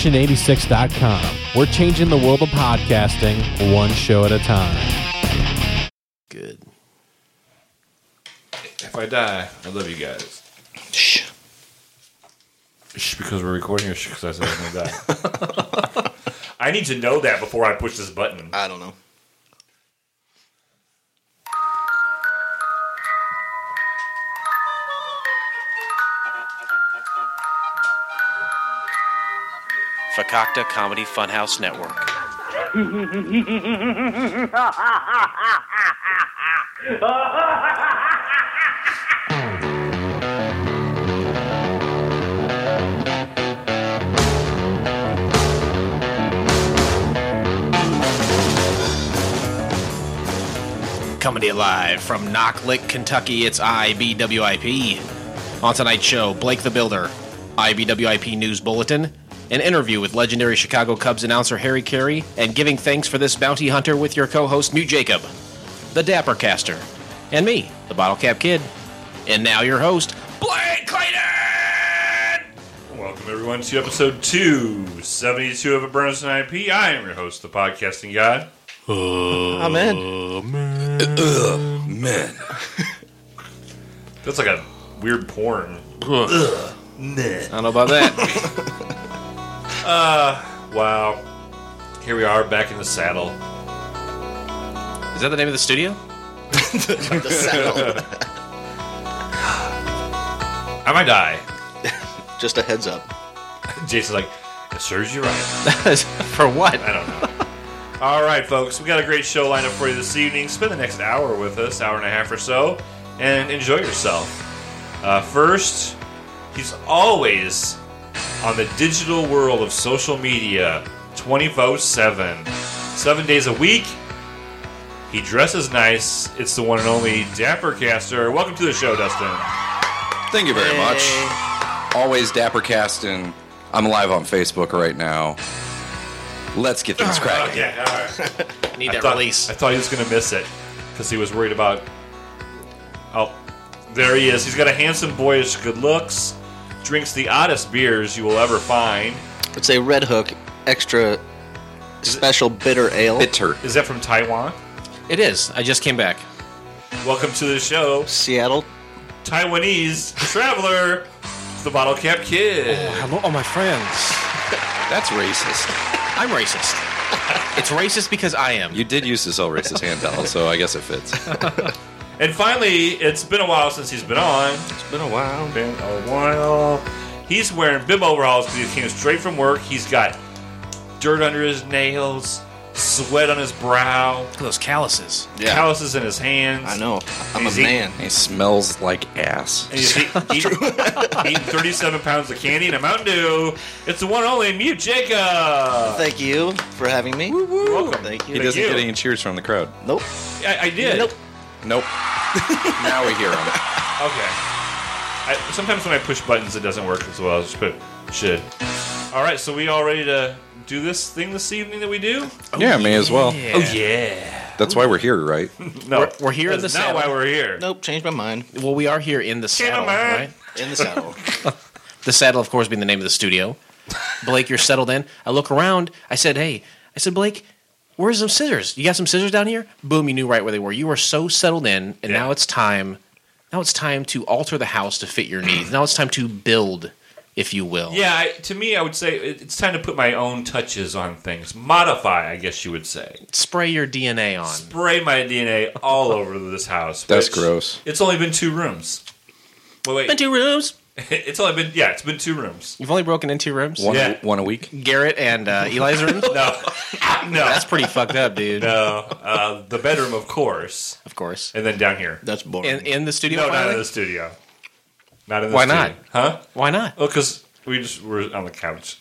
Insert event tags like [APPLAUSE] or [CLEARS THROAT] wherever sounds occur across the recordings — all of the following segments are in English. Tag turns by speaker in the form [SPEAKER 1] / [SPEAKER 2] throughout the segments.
[SPEAKER 1] section86.com. We're changing the world of podcasting one show at a time.
[SPEAKER 2] Good. If I die, I love you guys.
[SPEAKER 3] Shh.
[SPEAKER 2] Shh, because we're recording or shh, because I said I'm going to die?
[SPEAKER 4] [LAUGHS] I need to know that before I push this button.
[SPEAKER 3] I don't know.
[SPEAKER 5] Fakakta Comedy Funhouse Network. Coming to you live from Knocklick, Kentucky, it's IBWIP. On tonight's show, Blake the Builder, IBWIP News Bulletin, an interview with legendary Chicago Cubs announcer Harry Carey, and giving thanks for this bounty hunter with your co host, New Jacob, the Dapper Caster, and me, the Bottle Cap Kid. And now your host, Blake Clayton!
[SPEAKER 4] Welcome, everyone, to episode 272 of A Burns and IP. I am your host, the podcasting god.
[SPEAKER 2] Amen.
[SPEAKER 3] Man.
[SPEAKER 4] That's like a weird porn.
[SPEAKER 5] I don't know about that.
[SPEAKER 4] Wow. Here we are back in the saddle.
[SPEAKER 5] Is that the name of the studio?
[SPEAKER 3] the saddle.
[SPEAKER 4] I might die.
[SPEAKER 3] [LAUGHS] Just a heads up.
[SPEAKER 4] Jason's like, it serves you right.
[SPEAKER 5] for what?
[SPEAKER 4] I don't know. All right, folks, we got a great show lined up for you this evening. Spend the next hour with us, hour and a half or so, and enjoy yourself. Uh, first, he's always on the digital world of social media 24 7. Seven days a week. He dresses nice. It's the one and only Dappercaster. Welcome to the show, Dustin.
[SPEAKER 6] Thank you very much. Always dapper casting. I'm live on Facebook right now. Let's get
[SPEAKER 4] Uh,
[SPEAKER 6] things cracking.
[SPEAKER 4] Okay, all right.
[SPEAKER 5] Need that
[SPEAKER 4] thought,
[SPEAKER 5] release.
[SPEAKER 4] I thought he was going to miss it because he was worried about. Oh, there he is. He's got a handsome, boyish good looks, drinks the oddest beers you will ever find.
[SPEAKER 3] It's a Red Hook extra special bitter ale.
[SPEAKER 6] Bitter.
[SPEAKER 4] Is that from Taiwan?
[SPEAKER 5] It is. I just came back.
[SPEAKER 4] Welcome to the show,
[SPEAKER 3] Seattle.
[SPEAKER 4] Taiwanese traveler, the Bottle Cap Kid.
[SPEAKER 1] Hello, all my friends.
[SPEAKER 6] That's racist.
[SPEAKER 5] I'm racist. it's racist because I am.
[SPEAKER 6] You did use this all racist handbell, so I guess it fits.
[SPEAKER 4] [LAUGHS] And finally, it's been a while since he's been on.
[SPEAKER 6] It's been a while.
[SPEAKER 4] Been a while. He's wearing bib overalls because he came straight from work. He's got dirt under his nails, sweat on his brow,
[SPEAKER 5] Look at those calluses.
[SPEAKER 3] Yeah.
[SPEAKER 4] calluses in his hands.
[SPEAKER 3] I know. I'm
[SPEAKER 4] Is
[SPEAKER 3] a
[SPEAKER 4] he-
[SPEAKER 3] man.
[SPEAKER 6] It smells like ass.
[SPEAKER 5] [LAUGHS]
[SPEAKER 4] And he's eat, eat, eating 37 pounds of candy and a Mountain Dew. It's the one and only Mute Jacob.
[SPEAKER 3] Thank you for having me.
[SPEAKER 4] Welcome.
[SPEAKER 3] Uh, Thank
[SPEAKER 6] He
[SPEAKER 3] you.
[SPEAKER 6] doesn't
[SPEAKER 4] you.
[SPEAKER 6] get any cheers from the crowd.
[SPEAKER 3] Nope.
[SPEAKER 4] I, I did.
[SPEAKER 3] Nope.
[SPEAKER 4] [LAUGHS]
[SPEAKER 6] Nope. now we hear him.
[SPEAKER 4] Okay. I, sometimes when I push buttons, it doesn't work as well. I just put shit. All right, so we all ready to do this thing this evening that we do?
[SPEAKER 6] [LAUGHS] yeah, may as well.
[SPEAKER 4] Oh, yeah.
[SPEAKER 6] That's why we're here,
[SPEAKER 4] [LAUGHS]
[SPEAKER 6] right?
[SPEAKER 4] No,
[SPEAKER 5] We're- we're here in
[SPEAKER 4] That's
[SPEAKER 5] the
[SPEAKER 4] not
[SPEAKER 5] saddle.
[SPEAKER 4] why we're here.
[SPEAKER 3] Nope. Changed my mind.
[SPEAKER 5] Well, we are here in the saddle,
[SPEAKER 4] man.
[SPEAKER 5] right?
[SPEAKER 3] In the [LAUGHS] saddle.
[SPEAKER 5] The saddle, of course, being the name of the studio. Blake, you're settled in. I look around. I said, "Hey," I said, "Blake, where's some scissors? You got some scissors down here?" Boom! You knew right where they were. You were so settled in, and
[SPEAKER 4] Yeah.
[SPEAKER 5] now it's time. Now it's time to alter the house to fit your needs. now it's time to build, if you will.
[SPEAKER 4] Yeah, I, to me, I would say it, it's time to put my own touches on things. Modify, I guess you would say.
[SPEAKER 5] Spray your DNA on.
[SPEAKER 4] spray my DNA all over this house.
[SPEAKER 6] That's
[SPEAKER 4] which-
[SPEAKER 6] gross.
[SPEAKER 4] It's only been two rooms. [LAUGHS] Well, wait.
[SPEAKER 5] Been two rooms.
[SPEAKER 4] It's only been yeah. It's been two rooms.
[SPEAKER 5] You've only broken into rooms.
[SPEAKER 6] One,
[SPEAKER 4] Yeah.
[SPEAKER 6] one a week.
[SPEAKER 5] Garrett and uh, Eli's [LAUGHS] room.
[SPEAKER 4] No, [LAUGHS] no,
[SPEAKER 5] That's pretty fucked up, dude.
[SPEAKER 4] no. Uh, the bedroom, of course,
[SPEAKER 5] Of course.
[SPEAKER 4] and then down here.
[SPEAKER 3] That's boring.
[SPEAKER 5] In, in the studio.
[SPEAKER 4] No, not
[SPEAKER 5] finally?
[SPEAKER 4] in the studio. Not in the
[SPEAKER 5] Why
[SPEAKER 4] studio.
[SPEAKER 5] not?
[SPEAKER 4] Huh?
[SPEAKER 5] Why not?
[SPEAKER 4] Well, because we just were on the couch.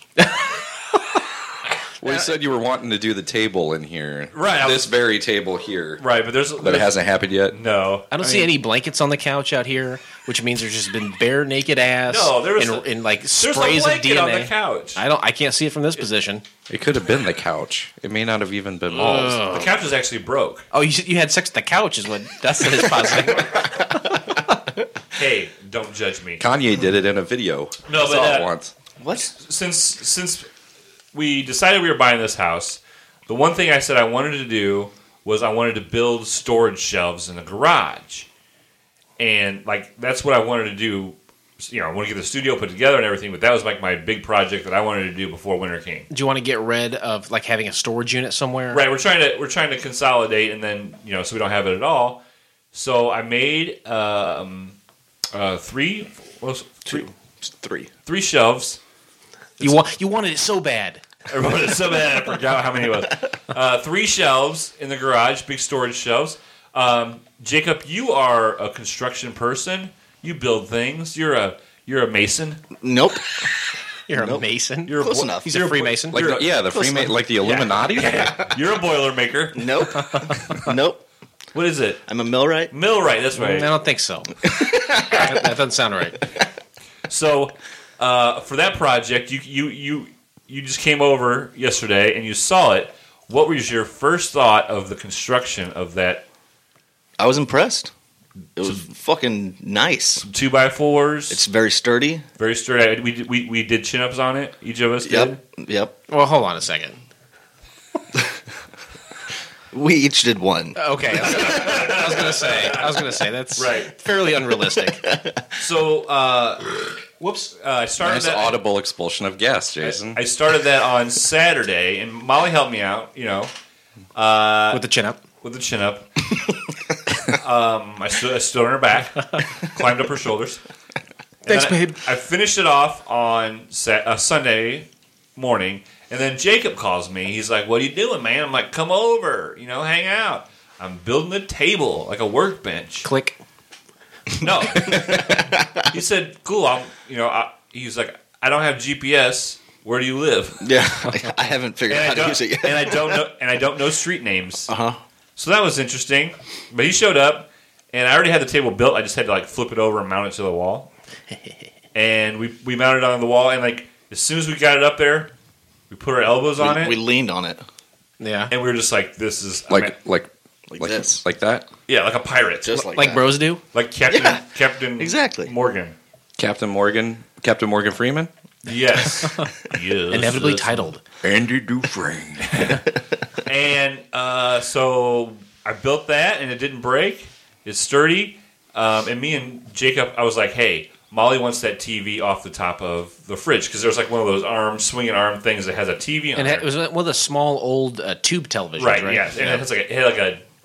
[SPEAKER 6] Well, you said you were wanting to do the table in here.
[SPEAKER 4] Right, I was-
[SPEAKER 6] This very table here.
[SPEAKER 4] Right, but there's
[SPEAKER 6] But it hasn't happened yet.
[SPEAKER 4] No,
[SPEAKER 5] I don't see any blankets on the couch out here, which means there's just been bare naked ass.
[SPEAKER 4] No, there was
[SPEAKER 5] and,
[SPEAKER 4] a-
[SPEAKER 5] and like
[SPEAKER 4] there's a
[SPEAKER 5] sprays of
[SPEAKER 4] blanket
[SPEAKER 5] DNA.
[SPEAKER 4] on the couch.
[SPEAKER 5] I don't. I can't see it from this position.
[SPEAKER 6] It could have been the couch. It may not have even been walls.
[SPEAKER 4] the couch is actually broke.
[SPEAKER 5] Oh, you you had sex at the couch is what that's what is positive.
[SPEAKER 4] [LAUGHS] Hey, don't judge me.
[SPEAKER 6] Kanye did it in a video.
[SPEAKER 4] No,
[SPEAKER 6] I
[SPEAKER 4] but,
[SPEAKER 6] saw it
[SPEAKER 4] uh,
[SPEAKER 6] once.
[SPEAKER 3] what?
[SPEAKER 4] Since since we decided we were buying this house, the one thing I said I wanted to do was I wanted to build storage shelves in the garage, and like that's what I wanted to do. You know, I want to get the studio put together and everything, but that was like my big project that I wanted to do before winter came.
[SPEAKER 5] Do you want to get rid of like having a storage unit somewhere?
[SPEAKER 4] Right, we're trying to we're trying to consolidate, and then you know, so we don't have it at all. So I made um, uh, three, what was- three,
[SPEAKER 3] Three.
[SPEAKER 4] three shelves.
[SPEAKER 5] You want you wanted it so bad.
[SPEAKER 4] I wrote it so bad I forgot how many it was. Uh, three shelves in the garage, big storage shelves. Um, Jacob, you are a construction person. You build things. You're a you're a mason.
[SPEAKER 3] [LAUGHS] Nope.
[SPEAKER 5] You're a mason.
[SPEAKER 4] You're
[SPEAKER 3] Close
[SPEAKER 4] a,
[SPEAKER 3] enough.
[SPEAKER 5] He's a Freemason.
[SPEAKER 6] Like the,
[SPEAKER 4] You're-
[SPEAKER 6] yeah, the Freema- like
[SPEAKER 4] [LAUGHS]
[SPEAKER 6] the Illuminati.
[SPEAKER 4] You're a
[SPEAKER 3] [LAUGHS]
[SPEAKER 4] boilermaker.
[SPEAKER 3] Nope. nope.
[SPEAKER 4] What is it?
[SPEAKER 3] I'm a millwright.
[SPEAKER 4] Millwright. That's
[SPEAKER 5] I
[SPEAKER 4] right.
[SPEAKER 5] don't think
[SPEAKER 4] [LAUGHS]
[SPEAKER 5] so. that, that doesn't sound right.
[SPEAKER 4] So uh, for that project, you you you you just came over yesterday and you saw it. What was your first thought of the construction of that
[SPEAKER 3] I was impressed. It was fucking nice.
[SPEAKER 4] two by fours?
[SPEAKER 3] It's very sturdy.
[SPEAKER 4] very sturdy. We did, we we did chin ups on it. Each of us did.
[SPEAKER 3] Yep. Yep.
[SPEAKER 5] Well, hold on a second.
[SPEAKER 3] We each did one.
[SPEAKER 5] Okay, I was gonna say. I was gonna say that's
[SPEAKER 4] Right.
[SPEAKER 5] fairly unrealistic.
[SPEAKER 4] So uh, whoops, uh, I started
[SPEAKER 6] Nice
[SPEAKER 4] that.
[SPEAKER 6] audible expulsion of gas, Jason.
[SPEAKER 4] I started that on Saturday, and Molly helped me out. You know,
[SPEAKER 5] With the chin up.
[SPEAKER 4] with the chin up. um, I stood, I stood on her back, climbed up her shoulders. Thanks,
[SPEAKER 5] babe.
[SPEAKER 4] I, finished it off on sa- uh, Sunday morning, and then Jacob calls me. He's like, "What are you doing, man?" I'm like, "Come over, you know, hang out." I'm building a table like a workbench.
[SPEAKER 5] Click.
[SPEAKER 4] No, he said, "Cool, I'm." You know, I, he's like, "I don't have GPS. Where do you live?"
[SPEAKER 3] Yeah. [LAUGHS] I, I haven't figured out
[SPEAKER 4] and I
[SPEAKER 3] how to
[SPEAKER 4] don't,
[SPEAKER 3] use it yet.
[SPEAKER 4] and I don't know and I don't know street names.
[SPEAKER 3] Uh-huh.
[SPEAKER 4] So that was interesting. But he showed up, and I already had the table built. I just had to like flip it over and mount it to
[SPEAKER 3] [LAUGHS]
[SPEAKER 4] the wall. and we we mounted it on the wall, and like as soon as we got it up there, we put our elbows on
[SPEAKER 3] we,
[SPEAKER 4] it,
[SPEAKER 3] we leaned on it
[SPEAKER 5] Yeah.
[SPEAKER 4] and we were just like, "This is I
[SPEAKER 6] like,
[SPEAKER 4] mean,
[SPEAKER 6] like,
[SPEAKER 3] like,
[SPEAKER 6] like,
[SPEAKER 3] this.
[SPEAKER 6] like that.
[SPEAKER 4] yeah, like a pirate,
[SPEAKER 3] just like,
[SPEAKER 5] Like
[SPEAKER 3] that.
[SPEAKER 5] bros do.
[SPEAKER 4] like Captain
[SPEAKER 3] Yeah.
[SPEAKER 4] Captain
[SPEAKER 3] Exactly.
[SPEAKER 4] Morgan."
[SPEAKER 6] Captain Morgan, Captain Morgan Freeman,
[SPEAKER 4] Yes,
[SPEAKER 3] [LAUGHS]
[SPEAKER 4] yes,
[SPEAKER 5] Inevitably
[SPEAKER 4] yes.
[SPEAKER 5] titled.
[SPEAKER 6] Andy Dufresne.
[SPEAKER 4] And uh, so I built that, and it didn't break. It's sturdy. Um, and me and Jacob, I was like, "Hey, Molly wants that TV off the top of the fridge because there's like one of those arm swinging arm things that has a TV on
[SPEAKER 5] And
[SPEAKER 4] it."
[SPEAKER 5] it was one of the small old uh, tube televisions, right?
[SPEAKER 4] right, yes, and it has like a, it had like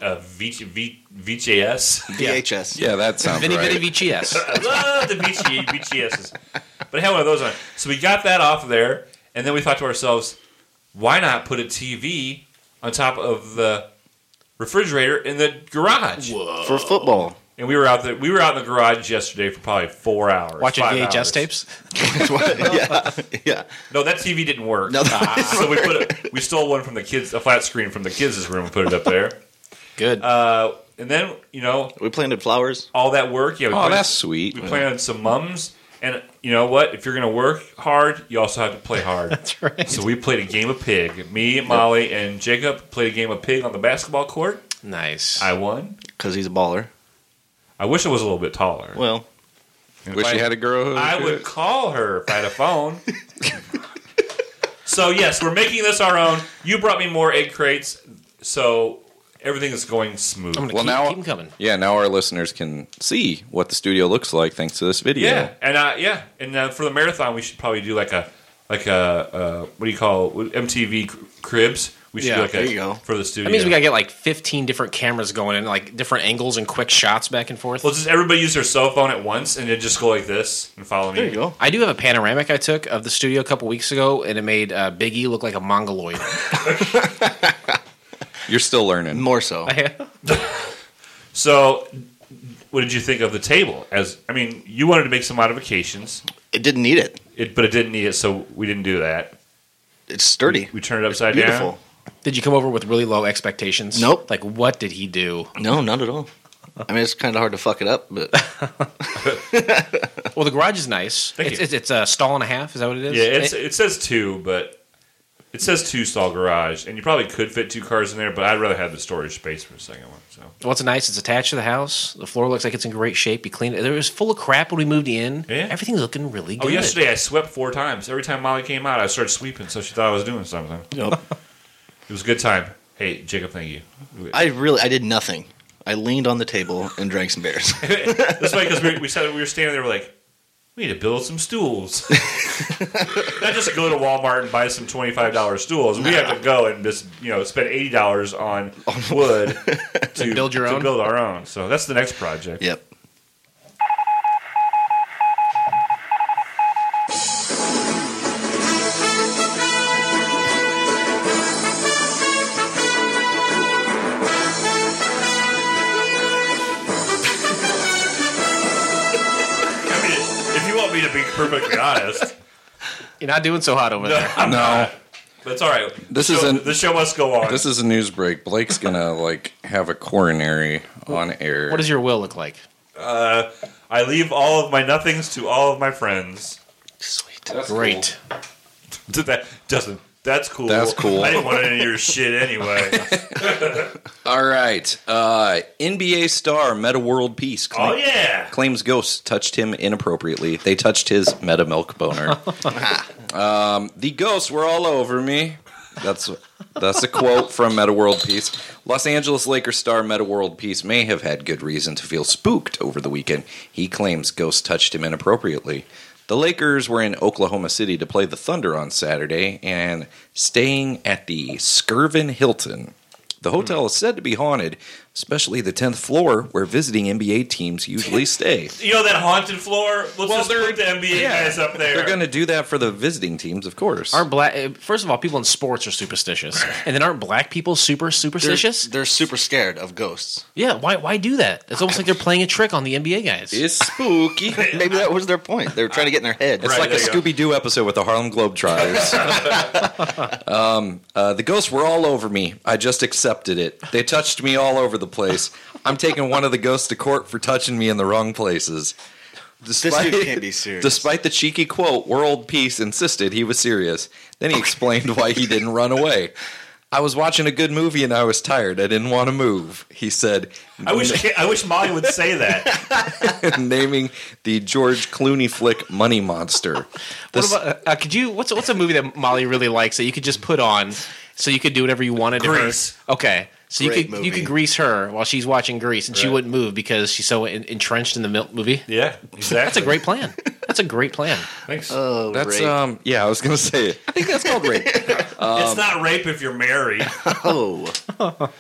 [SPEAKER 4] a, a v, v, VHS.
[SPEAKER 3] VHS.
[SPEAKER 6] Yeah, that sounds
[SPEAKER 5] Vinny
[SPEAKER 6] right.
[SPEAKER 5] Vinny VHS.
[SPEAKER 4] [LAUGHS] I love the VG, VHSs, but it had one of those on. it. So we got that off of there, and then we thought to ourselves, "Why not put a TV on top of the refrigerator in the garage?"
[SPEAKER 3] For football.
[SPEAKER 4] And we were out there. We were out in the garage yesterday for probably four hours.
[SPEAKER 5] Watching
[SPEAKER 4] five
[SPEAKER 5] VHS
[SPEAKER 4] hours.
[SPEAKER 5] tapes.
[SPEAKER 3] yeah. Yeah.
[SPEAKER 4] No, that TV didn't work.
[SPEAKER 3] No, that
[SPEAKER 4] Ah, so we put it, we stole one from the kids, a flat screen from the kids' room, and put it up there.
[SPEAKER 5] Good.
[SPEAKER 4] Uh, and then you know
[SPEAKER 3] We planted flowers.
[SPEAKER 4] all that work. Yeah, we
[SPEAKER 6] Oh,
[SPEAKER 4] planted-
[SPEAKER 6] that's sweet.
[SPEAKER 4] we planted some mums. And you know what? If you're gonna work hard, you also have to play hard.
[SPEAKER 5] That's right.
[SPEAKER 4] So we played a game of pig. Me, Molly, and Jacob played a game of pig on the basketball court.
[SPEAKER 5] nice.
[SPEAKER 4] I won.
[SPEAKER 3] Because he's a baller.
[SPEAKER 4] I wish I was a little bit taller.
[SPEAKER 3] Well,
[SPEAKER 4] And if
[SPEAKER 6] Wish
[SPEAKER 4] I-
[SPEAKER 6] you had a girl. Who
[SPEAKER 4] I
[SPEAKER 6] could-
[SPEAKER 4] would call her if I had a phone. so yes, we're making this our own. You brought me more egg crates, so everything is going smooth.
[SPEAKER 5] I'm gonna
[SPEAKER 6] Well,
[SPEAKER 5] keep,
[SPEAKER 6] now-
[SPEAKER 5] keep 'em coming.
[SPEAKER 6] Yeah, now our listeners can see what the studio looks like thanks to this video.
[SPEAKER 4] yeah, and uh, yeah, and uh, for the marathon, we should probably do like a like a uh, what do you call it? MTV cr- cribs? We should
[SPEAKER 5] Yeah,
[SPEAKER 4] do like
[SPEAKER 3] there
[SPEAKER 4] a
[SPEAKER 3] you go.
[SPEAKER 4] for the studio.
[SPEAKER 5] That means we gotta get like 15 different cameras going in, like different angles and quick shots back and forth.
[SPEAKER 4] well, just everybody use their cell phone at once and then just go like this and follow me.
[SPEAKER 3] there you go.
[SPEAKER 5] I do have a panoramic I took of the studio a couple weeks ago, and it made uh, Big E look like a [LAUGHS] mongoloid.
[SPEAKER 6] You're still learning.
[SPEAKER 3] More so.
[SPEAKER 4] So, what did you think of the table? As I mean, you wanted to make some modifications,
[SPEAKER 3] It didn't need it.
[SPEAKER 4] it, but it didn't need it, so we didn't do that.
[SPEAKER 3] It's sturdy.
[SPEAKER 4] We turned it upside
[SPEAKER 3] Beautiful.
[SPEAKER 4] down.
[SPEAKER 5] Did you come over with really low expectations?
[SPEAKER 3] Nope.
[SPEAKER 5] Like, what did he do?
[SPEAKER 3] No, not at all. I mean, it's kind of hard to fuck it up,
[SPEAKER 4] [LAUGHS]
[SPEAKER 3] but
[SPEAKER 5] Well, the garage is nice.
[SPEAKER 4] Thank
[SPEAKER 5] it's,
[SPEAKER 4] you.
[SPEAKER 5] It's, it's a stall and a half. Is that what it is?
[SPEAKER 4] Yeah, it's,
[SPEAKER 5] It-
[SPEAKER 4] it says two, but It says two stall garage, and you probably could fit two cars in there, but I'd rather have the storage space for the second one. So
[SPEAKER 5] What's nice? It's attached to the house. The floor looks like it's in great shape. You cleaned it. It was full of crap when we moved in.
[SPEAKER 4] Yeah.
[SPEAKER 5] Everything's looking really
[SPEAKER 4] Oh,
[SPEAKER 5] good.
[SPEAKER 4] yesterday I swept four times. Every time Molly came out, I started sweeping, so she thought I was doing something.
[SPEAKER 7] Yep.
[SPEAKER 4] [LAUGHS] It was a good time. Hey, Jacob, thank you.
[SPEAKER 7] I really, I did nothing. I leaned on the table and drank some beers.
[SPEAKER 4] That's funny because we, we said we were standing there, we're like, we need to build some stools. [LAUGHS] Not just go to Walmart and buy some twenty-five dollar stools. We have to go and just you know spend eighty dollars on
[SPEAKER 5] [LAUGHS]
[SPEAKER 4] wood to
[SPEAKER 5] build your
[SPEAKER 4] to
[SPEAKER 5] own?
[SPEAKER 4] build our own. So that's the next project.
[SPEAKER 7] yep.
[SPEAKER 4] I mean, if you want me to be perfectly honest, [LAUGHS]
[SPEAKER 5] You're not doing so hot over there.
[SPEAKER 4] I'm
[SPEAKER 6] No,
[SPEAKER 4] That's all right.
[SPEAKER 6] This
[SPEAKER 4] the show,
[SPEAKER 6] isn't-
[SPEAKER 4] the show must go on.
[SPEAKER 6] this is a news break. Blake's gonna like have a coronary on air.
[SPEAKER 5] What does your will look like?
[SPEAKER 4] I leave all of my nothings to all of my friends. [LAUGHS]
[SPEAKER 7] Sweet.
[SPEAKER 5] Great.
[SPEAKER 4] That doesn't. That's cool.
[SPEAKER 6] That's cool.
[SPEAKER 4] I didn't want any of your shit
[SPEAKER 6] [LAUGHS]
[SPEAKER 4] anyway.
[SPEAKER 6] All right. Uh, NBA star Meta World Peace
[SPEAKER 4] oh
[SPEAKER 6] claim-
[SPEAKER 4] yeah.
[SPEAKER 6] claims ghosts touched him inappropriately. They touched his Meta
[SPEAKER 4] [LAUGHS]
[SPEAKER 6] Milk boner. um, the ghosts were all over me. That's that's a quote from Meta World Peace. Los Angeles Lakers star Meta World Peace may have had good reason to feel spooked over the weekend. He claims ghosts touched him inappropriately. The Lakers were in Oklahoma City to play the Thunder on Saturday and staying at the Skirvin Hilton. The
[SPEAKER 7] Hmm.
[SPEAKER 6] hotel is said to be haunted, especially the 10th floor where visiting NBA teams usually stay.
[SPEAKER 4] You know that haunted floor? Let's just
[SPEAKER 6] they're-
[SPEAKER 4] put the NBA
[SPEAKER 6] yeah.
[SPEAKER 4] guys up there.
[SPEAKER 6] They're going to do that for the visiting teams, of course.
[SPEAKER 5] Aren't black? uh, First of all, people in sports are superstitious, and then aren't black people super
[SPEAKER 7] They're,
[SPEAKER 5] superstitious?
[SPEAKER 7] they're super scared of ghosts.
[SPEAKER 5] yeah. Why? Why do that? It's almost like they're playing a trick on the NBA guys.
[SPEAKER 6] It's spooky. It's
[SPEAKER 7] [LAUGHS] Maybe that was their point. They were trying to get in their head. It's
[SPEAKER 6] like a
[SPEAKER 4] there you go.
[SPEAKER 6] Scooby Doo episode with the Harlem Globetrotters. um,
[SPEAKER 7] [LAUGHS]
[SPEAKER 6] uh, the ghosts were all over me. I just accepted it. They touched me all over the place. I'm taking one of the ghosts to court for touching me in the wrong places. Despite,
[SPEAKER 7] dude can't be serious.
[SPEAKER 6] Despite the cheeky quote, World Peace insisted he was serious. Then he explained why he didn't run away. I was watching a good movie and I was tired. I didn't want to move. He said, [LAUGHS]
[SPEAKER 4] I wish I wish Molly would say that.
[SPEAKER 6] naming the George Clooney flick Money Monster.
[SPEAKER 5] What
[SPEAKER 6] This,
[SPEAKER 5] about, uh, could you? What's what's a movie that Molly really likes that you could just put on, so you could do whatever you wanted? to her?
[SPEAKER 4] Grease.
[SPEAKER 5] Okay, so you
[SPEAKER 7] Great
[SPEAKER 5] could you
[SPEAKER 7] movie.
[SPEAKER 5] could grease her while she's watching Grease, and she wouldn't move because she's so en- entrenched in the mil- movie.
[SPEAKER 4] yeah, exactly.
[SPEAKER 5] That's a great plan. That's a great plan.
[SPEAKER 4] Thanks.
[SPEAKER 7] Oh,
[SPEAKER 6] that's
[SPEAKER 7] rape.
[SPEAKER 6] um yeah, I was gonna say it. I think that's called rape.
[SPEAKER 4] it's not rape if you're married.
[SPEAKER 7] oh.
[SPEAKER 4] Oh.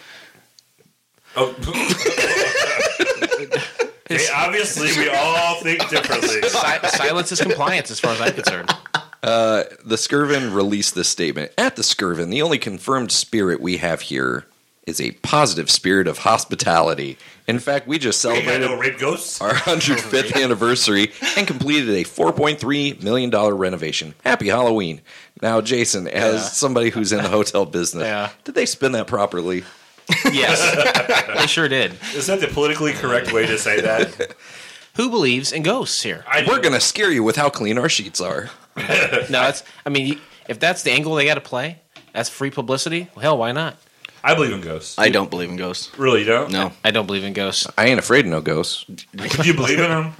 [SPEAKER 4] Okay, obviously, we all think differently.
[SPEAKER 5] Si- silence is compliance, as far as I'm concerned.
[SPEAKER 6] [LAUGHS] the Skirvin released this statement. At the Skirvin, the only confirmed spirit we have here is a positive spirit of hospitality. In fact, we just
[SPEAKER 4] We had
[SPEAKER 6] celebrated
[SPEAKER 4] no rape ghosts. [LAUGHS]
[SPEAKER 6] our 105th anniversary and completed a $4.3 million renovation. Happy Halloween. Now, Jason, as somebody who's in the hotel business,
[SPEAKER 5] Yeah.
[SPEAKER 6] did they spin that properly?
[SPEAKER 5] Yes, they sure did.
[SPEAKER 4] Is that the politically correct way to say that?
[SPEAKER 5] Who believes in ghosts here?
[SPEAKER 4] I
[SPEAKER 6] We're going to scare you with how clean our sheets are.
[SPEAKER 5] No, that's. I mean, you- if that's the angle they got to play, that's free publicity. Well, hell, why not?
[SPEAKER 4] I believe in ghosts.
[SPEAKER 7] I don't believe in ghosts.
[SPEAKER 4] really you don't.
[SPEAKER 7] No.
[SPEAKER 5] I don't believe in ghosts.
[SPEAKER 6] I ain't afraid of no ghosts.
[SPEAKER 4] Do [LAUGHS] you believe in them?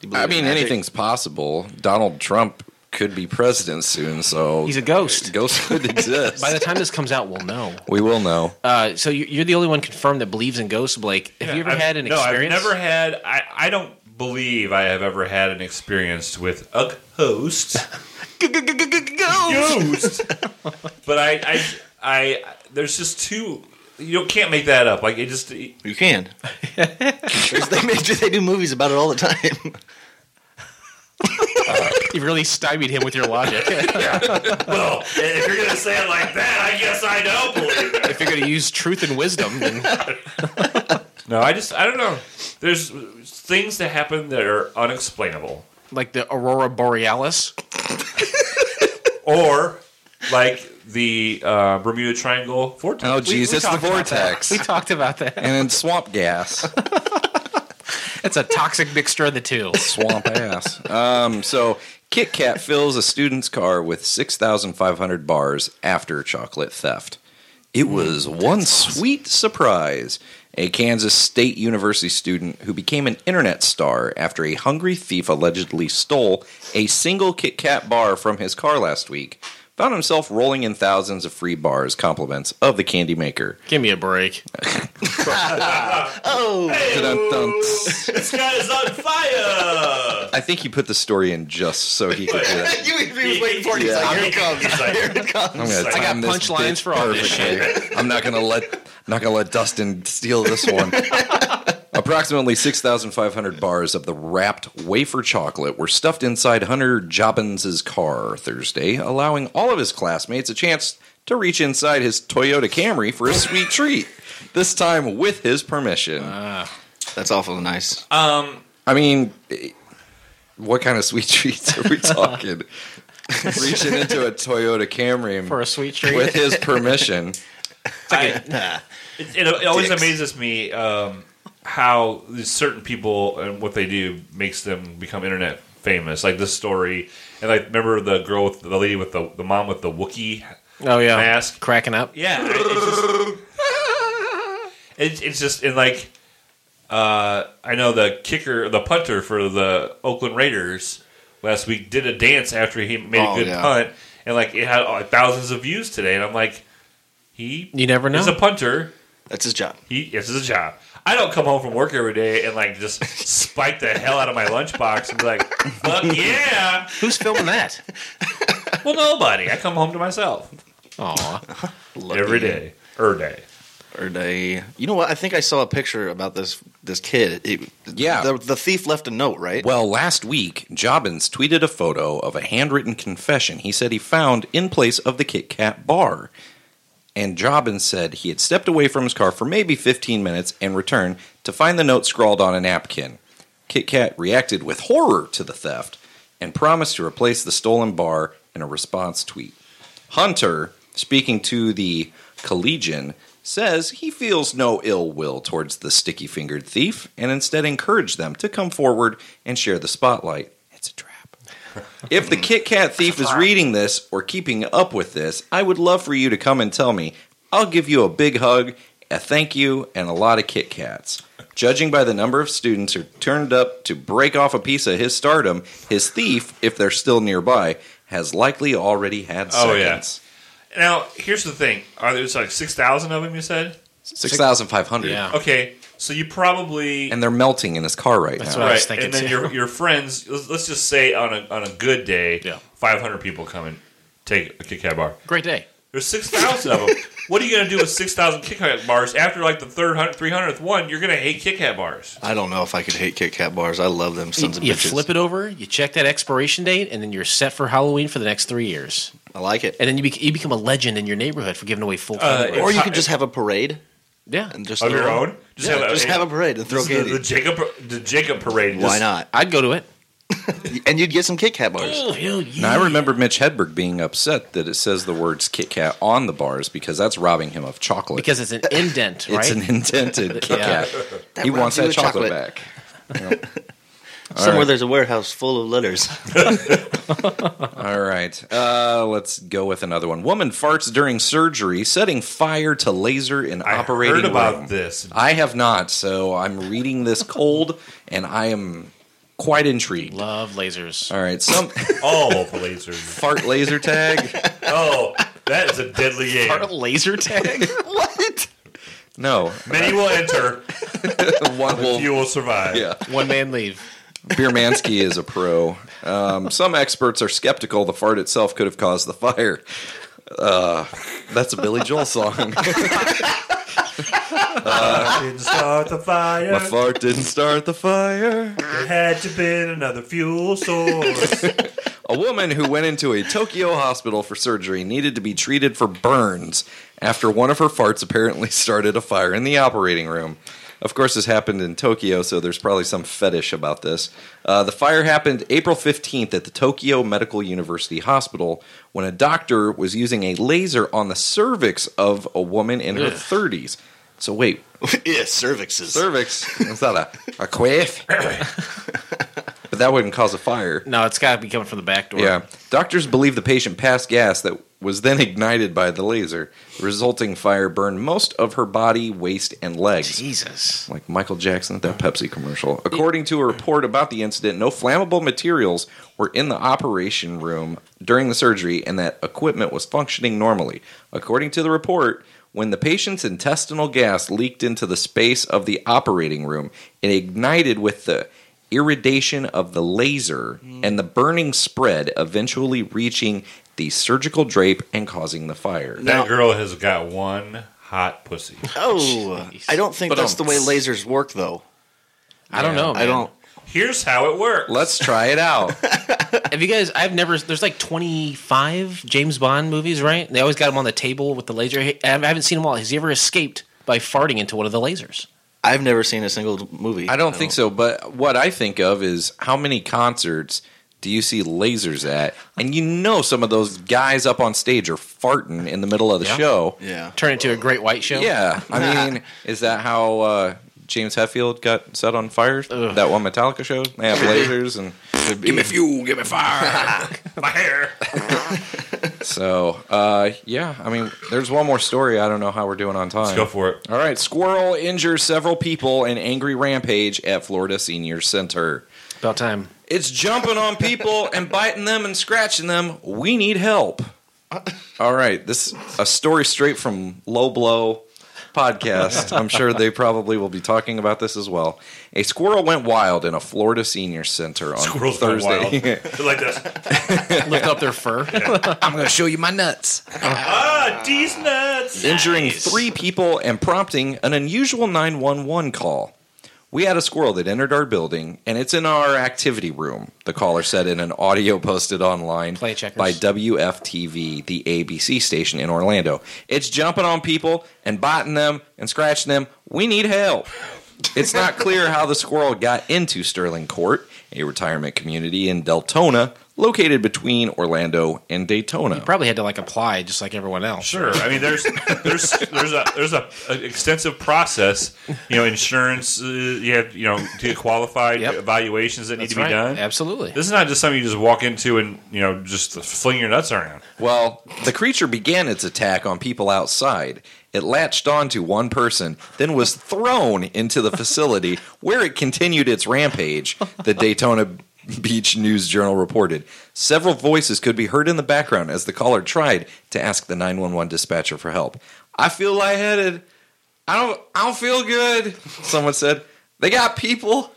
[SPEAKER 7] You
[SPEAKER 6] I
[SPEAKER 7] believe
[SPEAKER 6] mean,
[SPEAKER 7] in magic?
[SPEAKER 6] anything's possible. Donald Trump could be president soon, so
[SPEAKER 5] He's a ghost.
[SPEAKER 6] ghosts could
[SPEAKER 5] [LAUGHS]
[SPEAKER 6] exist.
[SPEAKER 5] By the time this comes out, we'll know.
[SPEAKER 6] we will know.
[SPEAKER 5] Uh, so you- you're the only one confirmed that believes in ghosts, Blake. Have you ever
[SPEAKER 4] I've-
[SPEAKER 5] had an
[SPEAKER 4] no,
[SPEAKER 5] experience?
[SPEAKER 4] I've never had. I, I don't believe I have ever had an experience with a [LAUGHS] host. Ghost. But I, I, I, there's just two. You don't- can't make that up. Like it just. it-
[SPEAKER 7] You can. There's- [LAUGHS] they, make, they do movies about it all the time.
[SPEAKER 5] You've really stymied him with your [LAUGHS] logic.
[SPEAKER 4] Well, if you're gonna say it like that, I guess I don't believe. It.
[SPEAKER 5] if you're going to use truth and wisdom, then
[SPEAKER 4] No, I just. I don't know. There's things that happen that are unexplainable,
[SPEAKER 5] like the aurora [LAUGHS] borealis,
[SPEAKER 4] or like the uh, Bermuda Triangle vortex.
[SPEAKER 6] Oh, geez, it's the vortex
[SPEAKER 5] we talked about that.
[SPEAKER 6] and then swamp gas.
[SPEAKER 5] That's a toxic mixture of the two.
[SPEAKER 6] swamp ass. Um, so Kit Kat fills a student's car with 6,500 bars after chocolate theft. It was one sweet surprise. A Kansas State University student who became an internet star after a hungry thief allegedly stole a single Kit Kat bar from his car last week found himself rolling in thousands of free bars, compliments of the candy maker.
[SPEAKER 5] Give me a break.
[SPEAKER 6] Dun, dun.
[SPEAKER 4] This guy is on fire.
[SPEAKER 6] I think he put the story in just so he could do that.
[SPEAKER 7] you he was waiting for it. He's
[SPEAKER 6] Yeah.
[SPEAKER 7] like, here it comes.
[SPEAKER 4] He's like-
[SPEAKER 7] Here [LAUGHS] it comes.
[SPEAKER 6] I'm gonna
[SPEAKER 4] I got
[SPEAKER 6] time this
[SPEAKER 5] punchlines
[SPEAKER 6] bitch
[SPEAKER 5] for all this shit.
[SPEAKER 6] perfectly. I'm not gonna let not gonna let Dustin steal this one.
[SPEAKER 5] [LAUGHS]
[SPEAKER 6] Approximately 6,500 bars of the wrapped wafer chocolate were stuffed inside Hunter Jobbins' car Thursday, allowing all of his classmates a chance to reach inside his Toyota Camry for a sweet treat. This time with his permission.
[SPEAKER 5] Uh.
[SPEAKER 7] That's awful nice.
[SPEAKER 6] I mean, eh, what kind of sweet [LAUGHS] treats are we
[SPEAKER 5] [LAUGHS]
[SPEAKER 6] talking? [LAUGHS] Reaching into a Toyota Camry
[SPEAKER 5] For a sweet
[SPEAKER 7] [LAUGHS]
[SPEAKER 5] treat.
[SPEAKER 6] with
[SPEAKER 5] [LAUGHS]
[SPEAKER 6] his permission.
[SPEAKER 4] It, it, it always
[SPEAKER 7] Dicks.
[SPEAKER 4] amazes me um, how these certain people and what they do makes them become internet famous. Like this story, and like remember the girl with the lady with the the mom with the Wookiee
[SPEAKER 5] Oh yeah.
[SPEAKER 4] Mask.
[SPEAKER 5] Cracking up.
[SPEAKER 4] Yeah, I- it's just, it, [LAUGHS] it's just and like uh, I know the kicker, the punter for the Oakland Raiders last week did a dance after he made
[SPEAKER 7] Oh,
[SPEAKER 4] a good
[SPEAKER 7] yeah.
[SPEAKER 4] punt, and like it had uh, thousands of views today, and I'm like, he
[SPEAKER 5] You never know.
[SPEAKER 4] is a punter.
[SPEAKER 7] That's his job.
[SPEAKER 4] He this is his job. I don't come home from work every day and like just spike the hell out of my lunchbox and be like, "Fuck yeah!"
[SPEAKER 5] Who's
[SPEAKER 7] [LAUGHS]
[SPEAKER 5] filming that?
[SPEAKER 4] Well, nobody. I come home to myself
[SPEAKER 5] Aw.
[SPEAKER 4] every day, er day.
[SPEAKER 7] Or they, you know what? I think I saw a picture about this this kid. It-
[SPEAKER 6] Yeah.
[SPEAKER 7] the, the thief left a note, right?
[SPEAKER 6] Well, last week, Jobbins tweeted a photo of a handwritten confession he said he found in place of the Kit Kat bar. And Jobbins said he had stepped away from his car for maybe 15 minutes and returned to find the note scrawled on a napkin. Kit Kat reacted with horror to the theft and promised to replace the stolen bar in a response tweet. Hunter, speaking to the Collegian, says he feels no ill will towards the sticky fingered thief and instead encouraged them to come forward and share the spotlight. It's a trap. if the Kit Kat thief is reading this or keeping up with this, I would love for you to come and tell me. I'll give you a big hug, a thank you, and a lot of Kit Kats. Judging by the number of students who turned up to break off a piece of his stardom, his thief, if they're still nearby, has likely already had
[SPEAKER 4] Oh,
[SPEAKER 6] seconds.
[SPEAKER 4] yeah. Now, here's the thing: are there's like six thousand of them? You said
[SPEAKER 6] Six thousand five hundred.
[SPEAKER 5] Yeah.
[SPEAKER 4] okay, so you probably
[SPEAKER 6] And they're melting in his car right
[SPEAKER 5] That's
[SPEAKER 6] now.
[SPEAKER 5] what I was
[SPEAKER 4] right,
[SPEAKER 5] thinking
[SPEAKER 4] and then
[SPEAKER 5] too.
[SPEAKER 4] your your friends. Let's let's just say on a on a good day,
[SPEAKER 5] Yeah.
[SPEAKER 4] five hundred people come and take a Kit Kat bar.
[SPEAKER 5] Great day.
[SPEAKER 4] There's six thousand of them. What are you gonna do with six thousand Kit Kat bars after like the third hundred, three hundredth one? You're gonna hate Kit Kat bars.
[SPEAKER 7] I don't know if I could hate Kit Kat bars. I love them
[SPEAKER 5] You,
[SPEAKER 7] sons of
[SPEAKER 5] you
[SPEAKER 7] bitches.
[SPEAKER 5] flip it over, you check that expiration date, and then you're set for Halloween for the next three years.
[SPEAKER 7] I like it.
[SPEAKER 5] And then you, bec you become a legend in your neighborhood for giving away full candy.
[SPEAKER 4] it's-
[SPEAKER 7] Uh, Or you could just have a parade
[SPEAKER 5] yeah.
[SPEAKER 7] and just
[SPEAKER 4] of your own.
[SPEAKER 7] Just, yeah, have, just have a parade and throw
[SPEAKER 4] This is
[SPEAKER 7] candy.
[SPEAKER 4] the, the Jacob the Jacob parade.
[SPEAKER 7] Why
[SPEAKER 4] Just-
[SPEAKER 7] not?
[SPEAKER 5] I'd go to it.
[SPEAKER 7] And you'd get some Kit Kat bars.
[SPEAKER 6] Now I remember Mitch Hedberg being upset that it says the words Kit Kat on the bars because that's robbing him of chocolate.
[SPEAKER 5] Because it's an indent, right?
[SPEAKER 6] it's an indented
[SPEAKER 5] [LAUGHS]
[SPEAKER 6] Kit
[SPEAKER 5] Yeah.
[SPEAKER 6] Kat. he
[SPEAKER 7] rhymes
[SPEAKER 6] wants that
[SPEAKER 7] with
[SPEAKER 6] chocolate,
[SPEAKER 7] chocolate.
[SPEAKER 6] back.
[SPEAKER 7] Somewhere
[SPEAKER 6] right.
[SPEAKER 7] there's a warehouse full of
[SPEAKER 4] [LAUGHS]
[SPEAKER 7] letters.
[SPEAKER 6] All right. Uh, let's go with another one. Woman farts during surgery, setting fire to laser in
[SPEAKER 4] I
[SPEAKER 6] operating
[SPEAKER 4] heard about
[SPEAKER 6] room.
[SPEAKER 4] this.
[SPEAKER 6] I have not, so I'm reading this cold and I am quite intrigued.
[SPEAKER 5] Love lasers.
[SPEAKER 6] All right. Some [LAUGHS]
[SPEAKER 4] All the
[SPEAKER 7] [LAUGHS]
[SPEAKER 4] lasers.
[SPEAKER 6] fart laser tag.
[SPEAKER 4] Oh, that is a deadly game.
[SPEAKER 5] Part of laser tag?
[SPEAKER 7] what?
[SPEAKER 6] No,
[SPEAKER 4] Many will enter.
[SPEAKER 6] one will.
[SPEAKER 4] Few will survive.
[SPEAKER 6] Yeah,
[SPEAKER 5] [LAUGHS] One man leave.
[SPEAKER 6] Biermansky is a pro. Um, some experts are skeptical the fart itself could have caused the fire. Uh, that's a Billy Joel song. [LAUGHS]
[SPEAKER 4] Didn't start the fire.
[SPEAKER 6] My fart didn't start the fire.
[SPEAKER 4] It had to been another
[SPEAKER 7] [LAUGHS]
[SPEAKER 4] fuel source.
[SPEAKER 6] A woman who went into a Tokyo hospital for surgery needed to be treated for burns after one of her farts apparently [LAUGHS] started a fire in the operating room. Of course, this happened in Tokyo, so there's probably some fetish about this. Uh, the fire happened April 15th at the Tokyo Medical University Hospital when a doctor was using a laser on the cervix of a woman in her 30s. So wait,
[SPEAKER 7] yeah, cervixes.
[SPEAKER 6] cervix is that a a quiff? but that wouldn't cause a fire.
[SPEAKER 5] No, it's got to be coming from the back door.
[SPEAKER 6] Yeah. Doctors believe the patient passed gas that was then ignited by the laser. The resulting fire burned most of her body, waist, and legs.
[SPEAKER 5] Jesus.
[SPEAKER 6] Like Michael Jackson at that Pepsi commercial. According to a report about the incident, no flammable materials were in the operation room during the surgery and that equipment was functioning normally. According to the report, when the patient's intestinal gas leaked into the space of the operating room, it ignited with the irradiation of the laser and the burning spread, eventually reaching the surgical drape and causing the fire.
[SPEAKER 2] That girl has got one hot pussy.
[SPEAKER 7] Oh, I don't think that's the way lasers work, though.
[SPEAKER 5] I don't know.
[SPEAKER 7] I don't.
[SPEAKER 4] Here's how it works.
[SPEAKER 6] Let's try it out.
[SPEAKER 5] Have you guys? I've never. There's like 25 James Bond movies, right? They always got him on the table with the laser. I haven't seen them all. Has he ever escaped by farting into one of the lasers?
[SPEAKER 7] I've never seen a single movie. Oh,
[SPEAKER 6] I don't think so, but what I think of is how many concerts do you see lasers at? And you know some of those guys up on stage are farting in the middle of the
[SPEAKER 5] Yeah.
[SPEAKER 6] show.
[SPEAKER 7] Yeah.
[SPEAKER 5] Turn into a great white show.
[SPEAKER 6] Yeah. I mean, is that how uh, James Hetfield got set on fire? That one Metallica show? They have lasers and give me fuel, give me fire. [LAUGHS]
[SPEAKER 4] My hair.
[SPEAKER 6] so, uh, yeah, I mean, there's one more story. I don't know how we're doing on time.
[SPEAKER 2] Let's go for it.
[SPEAKER 6] All right, squirrel injures several people in angry rampage at Florida Senior Center.
[SPEAKER 5] About time.
[SPEAKER 6] It's jumping on people and biting them and scratching them. We need help. All right, this a story straight from Low Blow
[SPEAKER 4] [LAUGHS]
[SPEAKER 6] podcast. I'm sure they probably will be talking about this as well. A squirrel went wild in a Florida senior center on
[SPEAKER 4] Squirrels go
[SPEAKER 6] [LAUGHS] Thursday.
[SPEAKER 4] wild. They're like this.
[SPEAKER 5] Lift up their fur.
[SPEAKER 6] I'm going to show you my nuts.
[SPEAKER 4] Ah, these nuts.
[SPEAKER 6] Injuring three people and prompting an unusual 911 call. We had a squirrel that entered our building, and it's in our activity room, the caller said in an audio posted online
[SPEAKER 5] Play checkers.
[SPEAKER 6] by WFTV, the ABC station in Orlando. It's jumping on people and biting them and scratching them. We need help. It's not clear how the squirrel got into Sterling Court, a retirement community in Deltona, located between Orlando and Daytona.
[SPEAKER 5] Probably had to like apply just like everyone else.
[SPEAKER 4] Sure. I mean, there's there's there's a there's a, a extensive process. You know, insurance. Uh, you have you know to get qualified
[SPEAKER 5] Yep.
[SPEAKER 4] evaluations that need
[SPEAKER 5] That's
[SPEAKER 4] to be
[SPEAKER 5] right.
[SPEAKER 4] done.
[SPEAKER 5] Absolutely.
[SPEAKER 4] This is not just something you just walk into and you know just fling your nuts around.
[SPEAKER 6] Well, the creature began its attack on people outside. It latched onto one person, then was thrown into the facility where it continued its rampage, the Daytona Beach News Journal reported. Several voices could be heard in the background as the caller tried to ask the 911 dispatcher for help. I feel lightheaded. I don't I don't feel good, someone said. They got people.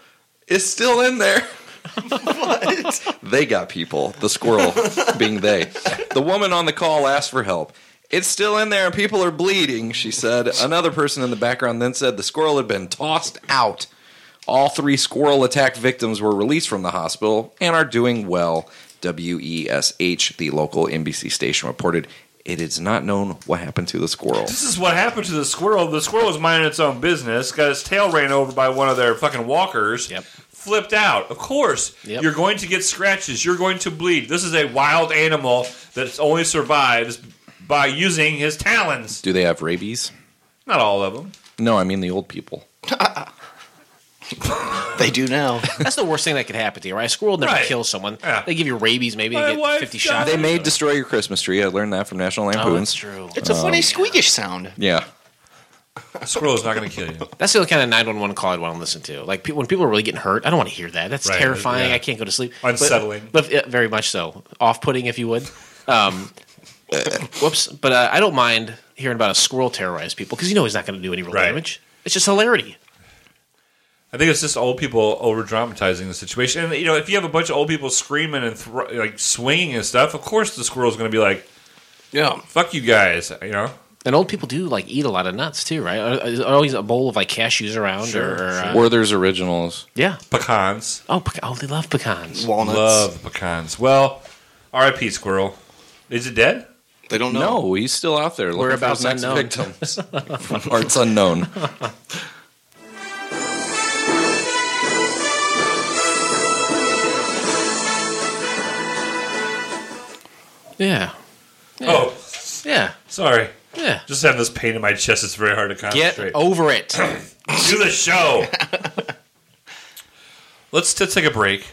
[SPEAKER 6] It's still in there. They got people. The squirrel being they. The woman on the call asked for help. It's still in there and people are bleeding, she said. Another person in the background then said the squirrel had been tossed out. All three squirrel attack victims were released from the hospital and are doing well. WESH, the local NBC station, reported it is not known what happened to the squirrel.
[SPEAKER 4] This is what happened to the squirrel. The squirrel was minding its own business, got its tail ran over by one of their fucking walkers.
[SPEAKER 5] Yep.
[SPEAKER 4] Flipped out. Of course,
[SPEAKER 5] Yep.
[SPEAKER 4] you're going to get scratches. You're going to bleed. This is a wild animal that only survives by using his talons.
[SPEAKER 6] Do they have rabies?
[SPEAKER 4] Not all of them.
[SPEAKER 6] No, I mean the old people.
[SPEAKER 7] They do now.
[SPEAKER 5] That's the worst thing that could happen to you, right? A squirrel never
[SPEAKER 4] Right.
[SPEAKER 5] kills someone.
[SPEAKER 4] Yeah.
[SPEAKER 5] They give you rabies, maybe
[SPEAKER 4] My
[SPEAKER 5] they get
[SPEAKER 4] wife
[SPEAKER 5] 50
[SPEAKER 4] died.
[SPEAKER 5] shots.
[SPEAKER 6] They may destroy your Christmas tree. I learned that from National
[SPEAKER 5] Oh,
[SPEAKER 6] Lampoon's.
[SPEAKER 5] that's true.
[SPEAKER 7] It's a funny squeakish sound.
[SPEAKER 6] Yeah.
[SPEAKER 4] A squirrel is not going to kill you.
[SPEAKER 5] That's the only kind of 911 call I'd want to listen to. Like pe- when people are really getting hurt, I don't want to hear that. That's
[SPEAKER 4] Right,
[SPEAKER 5] terrifying.
[SPEAKER 4] yeah.
[SPEAKER 5] I can't go to sleep.
[SPEAKER 4] Unsettling.
[SPEAKER 5] But, but, yeah, very much so. Off putting, if you would. Um, [LAUGHS] whoops. But uh, I don't mind hearing about a squirrel terrorize people because you know he's not going to do any real
[SPEAKER 4] Right.
[SPEAKER 5] damage. It's just hilarity.
[SPEAKER 4] I think it's just old people over dramatizing the situation. And you know, if you have a bunch of old people screaming and thr like swinging and stuff, of course the squirrel's going to be like,
[SPEAKER 7] Yeah.
[SPEAKER 4] "Fuck you guys," you know.
[SPEAKER 5] And old people do like eat a lot of nuts too, right? Are- Is there always a bowl of like cashews around, or,
[SPEAKER 4] Sure,
[SPEAKER 5] or, uh,
[SPEAKER 6] Werther's Originals.
[SPEAKER 5] yeah.
[SPEAKER 4] Pecans.
[SPEAKER 5] Oh, peca- oh, they love pecans.
[SPEAKER 7] Walnuts.
[SPEAKER 4] Love pecans. Well, R.I.P. Squirrel. Is it dead?
[SPEAKER 7] They don't know.
[SPEAKER 6] No, he's still out there. Looking
[SPEAKER 5] Whereabouts
[SPEAKER 6] for his next
[SPEAKER 5] unknown.
[SPEAKER 6] victims. [LAUGHS] Arts unknown.
[SPEAKER 5] Yeah,
[SPEAKER 4] Oh,
[SPEAKER 5] yeah.
[SPEAKER 4] Oh, sorry.
[SPEAKER 5] Yeah.
[SPEAKER 4] Just having this pain in my chest, it's very hard to
[SPEAKER 5] Get
[SPEAKER 4] concentrate.
[SPEAKER 5] over
[SPEAKER 4] [CLEARS THROAT]
[SPEAKER 5] it.
[SPEAKER 4] Do the show. let's, let's take a break.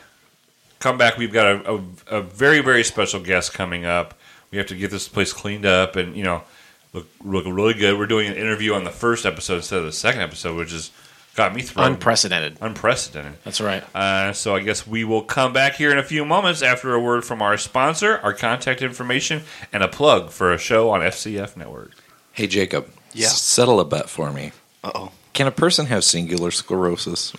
[SPEAKER 4] Come back. We've got a, a, a very, very special guest coming up. We have to get this place cleaned up and, you know, look, look really good. We're doing an interview on the first episode instead of the second episode, which has got me thrown.
[SPEAKER 5] Unprecedented.
[SPEAKER 4] unprecedented.
[SPEAKER 5] That's right.
[SPEAKER 4] Uh, so I guess we will come back here in a few moments after a word from our sponsor, our contact information, and a plug for a show on FCF Network.
[SPEAKER 6] Hey, Jacob.
[SPEAKER 7] Yeah.
[SPEAKER 6] s- Settle a bet for me.
[SPEAKER 7] Uh oh.
[SPEAKER 6] Can a person have singular sclerosis?